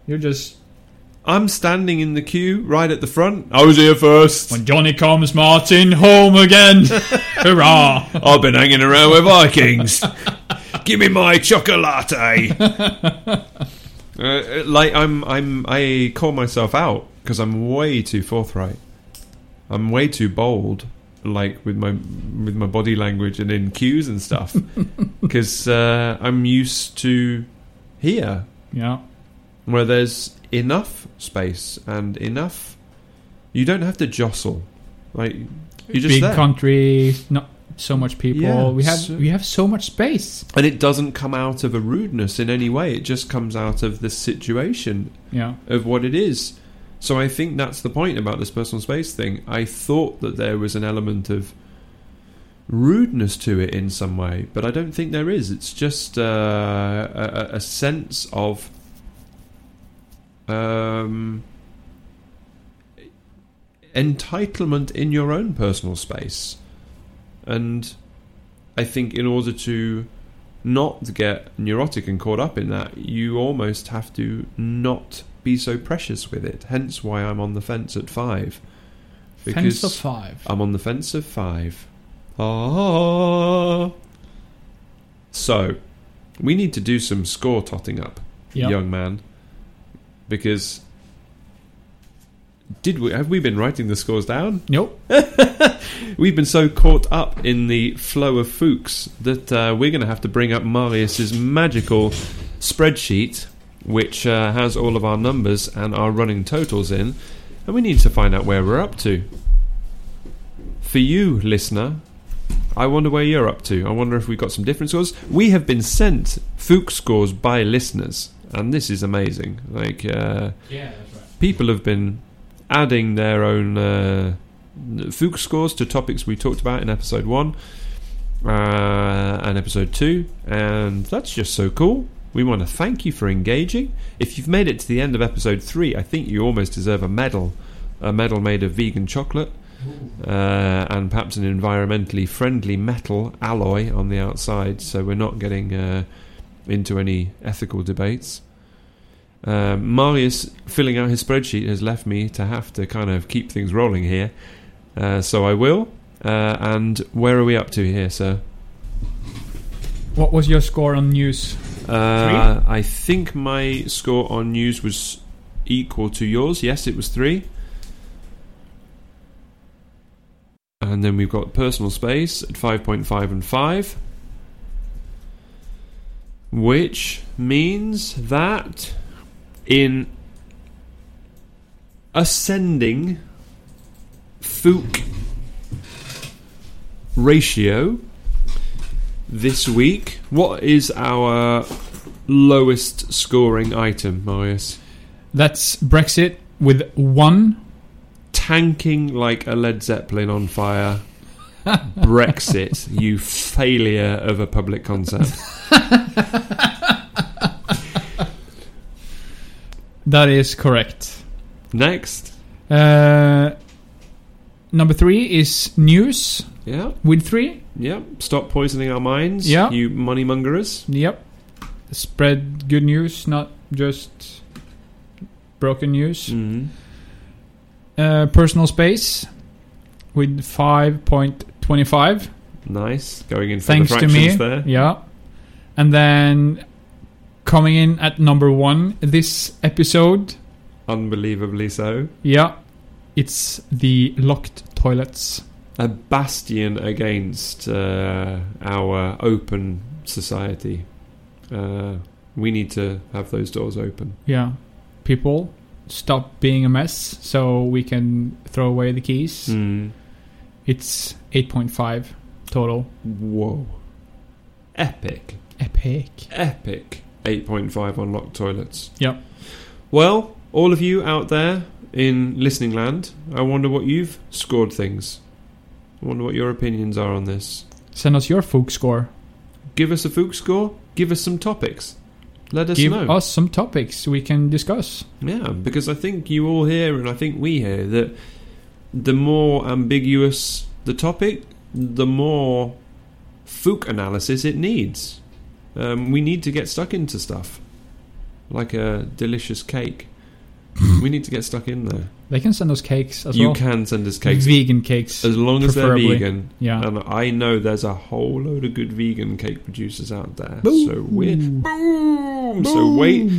[SPEAKER 2] You're just
[SPEAKER 1] I'm standing in the queue right at the front. I was here first.
[SPEAKER 2] when Johnny comes, Martin
[SPEAKER 1] *laughs*
[SPEAKER 2] home again. Hurrah!
[SPEAKER 1] I've been hanging around with Vikings. Give me my chocolate. uh, like I'm, I'm, I call myself out because I'm way too forthright. I'm way too bold, like with my with my body language and in cues and *laughs* stuff. Because uh, I'm used to here
[SPEAKER 2] Yeah.
[SPEAKER 1] where there's enough space and enough. You don't have to jostle, like you're just
[SPEAKER 2] Big
[SPEAKER 1] there.
[SPEAKER 2] country, not so much people.
[SPEAKER 1] Yeah,
[SPEAKER 2] we have
[SPEAKER 1] so-
[SPEAKER 2] we have so much space.
[SPEAKER 1] and it doesn't come out of a rudeness in any way it just comes out of the situation
[SPEAKER 2] Yeah.
[SPEAKER 1] of what it is so i think that's the point about this personal space thing i thought that there was an element of rudeness to it in some way but i don't think there is it's just uh, a, a- a sense of um, entitlement in your own personal space and I think in order to not get neurotic and caught up in that, you almost have to not be so precious with it. Hence why I'm on the fence at five. Because
[SPEAKER 2] Fence of five.
[SPEAKER 1] I'm on the fence of five. Ah. So, we need to do some score totting up,
[SPEAKER 2] Yeah.
[SPEAKER 1] young man. Because. Did we have we been writing the scores down?
[SPEAKER 2] Nope.
[SPEAKER 1] We've been so caught up in the flow of Fuchs that uh, we're going to have to bring up Marius's magical spreadsheet, which uh, has all of our numbers and our running totals in, and we need to find out where we're up to. For you, listener, I wonder where you're up to. I wonder if we've got some different scores. We have been sent Fuchs scores by listeners, and this is amazing. Like. Uh,
[SPEAKER 2] Yeah, that's right.
[SPEAKER 1] people have been adding their own uh, Fuchs scores to topics we talked about in episode one uh, and episode two, and that's just so cool. We want to thank you for engaging. If you've made it to the end of episode three, I think you almost deserve a medal. A medal made of vegan chocolate uh, and perhaps an environmentally friendly metal alloy on the outside, so we're not getting uh, into any ethical debates. Um, Marius filling out his spreadsheet has left me to have to kind of keep things rolling here, uh, so I will. Uh, and where are we up to here, sir?
[SPEAKER 2] What was your score on news?
[SPEAKER 1] Uh, I think my score on news was equal to yours. Yes, it was three. And then we've got personal space at 5.5 and 5, which means that in ascending Fook ratio this week, what is our lowest scoring item, Marius?
[SPEAKER 2] That's Brexit with one.
[SPEAKER 1] tanking like a Led Zeppelin on
[SPEAKER 2] *laughs*
[SPEAKER 1] fire. Brexit, you failure of a public concept.
[SPEAKER 2] That is correct.
[SPEAKER 1] Next.
[SPEAKER 2] Uh, number three is news
[SPEAKER 1] Yeah,
[SPEAKER 2] with three.
[SPEAKER 1] yeah. Stop poisoning our minds,
[SPEAKER 2] Yeah.
[SPEAKER 1] you moneymongerers.
[SPEAKER 2] Yep. Spread good news, not just broken news.
[SPEAKER 1] Mm.
[SPEAKER 2] Uh, personal space with 5.25.
[SPEAKER 1] Nice. Going in for
[SPEAKER 2] Thanks
[SPEAKER 1] the
[SPEAKER 2] to me.
[SPEAKER 1] fractions there.
[SPEAKER 2] Yeah. And then coming in at number one this episode.
[SPEAKER 1] Unbelievably so.
[SPEAKER 2] Yeah. It's the locked toilets.
[SPEAKER 1] A bastion against uh, our open society. Uh, we need to have those doors open.
[SPEAKER 2] Yeah. People stop being a mess so we can throw away the keys.
[SPEAKER 1] Mm.
[SPEAKER 2] It's 8.5 total.
[SPEAKER 1] Whoa. Epic.
[SPEAKER 2] Epic.
[SPEAKER 1] epic 8.5 on locked toilets.
[SPEAKER 2] Yep.
[SPEAKER 1] Well, all of you out there in listening land, I wonder what you've scored things. I wonder what your opinions are on this.
[SPEAKER 2] Send us your Fook score.
[SPEAKER 1] Give us a Fook score, give us some topics. Let us
[SPEAKER 2] Give
[SPEAKER 1] know.
[SPEAKER 2] us some topics we can discuss.
[SPEAKER 1] Yeah, because I think you all hear, and I think we hear, that the more ambiguous the topic, the more Fook analysis it needs. Um, we need to get stuck into stuff. Like a delicious cake. we need to get stuck in there.
[SPEAKER 2] They can send us cakes as
[SPEAKER 1] you
[SPEAKER 2] well.
[SPEAKER 1] can send us cakes
[SPEAKER 2] Vegan cakes.
[SPEAKER 1] as long as they're
[SPEAKER 2] preferably.
[SPEAKER 1] vegan.
[SPEAKER 2] yeah.
[SPEAKER 1] And I know there's a whole load of good vegan cake producers out there.
[SPEAKER 2] Boom.
[SPEAKER 1] So we're. Boom! So wait.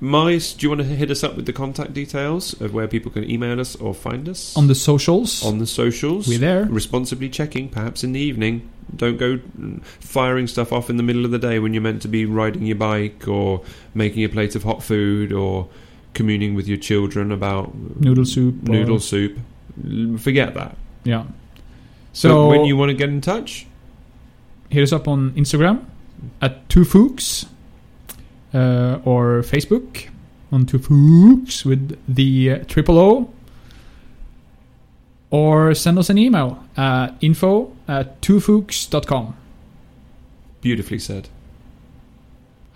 [SPEAKER 1] Mice, do you want to hit us up with the contact details of where people can email us or find us?
[SPEAKER 2] On the socials.
[SPEAKER 1] On the socials.
[SPEAKER 2] we're there.
[SPEAKER 1] Responsibly checking, perhaps in the evening. Don't go mm, firing stuff off in the middle of the day when you're meant to be riding your bike or making a plate of hot food or communing with your children about
[SPEAKER 2] Noodle soup. or-
[SPEAKER 1] noodle soup. L- Forget that.
[SPEAKER 2] Yeah.
[SPEAKER 1] So,
[SPEAKER 2] So
[SPEAKER 1] when you want to get in touch,
[SPEAKER 2] hit us up on Instagram at Two Fooks uh, or Facebook on Two Fooks with the uh, triple O, or send us an email at info at twofooks.com.
[SPEAKER 1] beautifully said.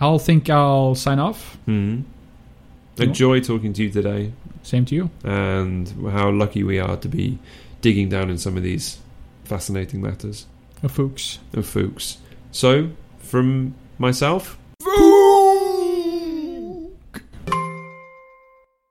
[SPEAKER 2] I'll think I'll sign off.
[SPEAKER 1] Hmm.
[SPEAKER 2] You want-
[SPEAKER 1] Enjoy talking to you today.
[SPEAKER 2] Same to you.
[SPEAKER 1] and how lucky we are to be digging down in some of these fascinating matters
[SPEAKER 2] Of Fooks.
[SPEAKER 1] of Fuchs. So, from myself,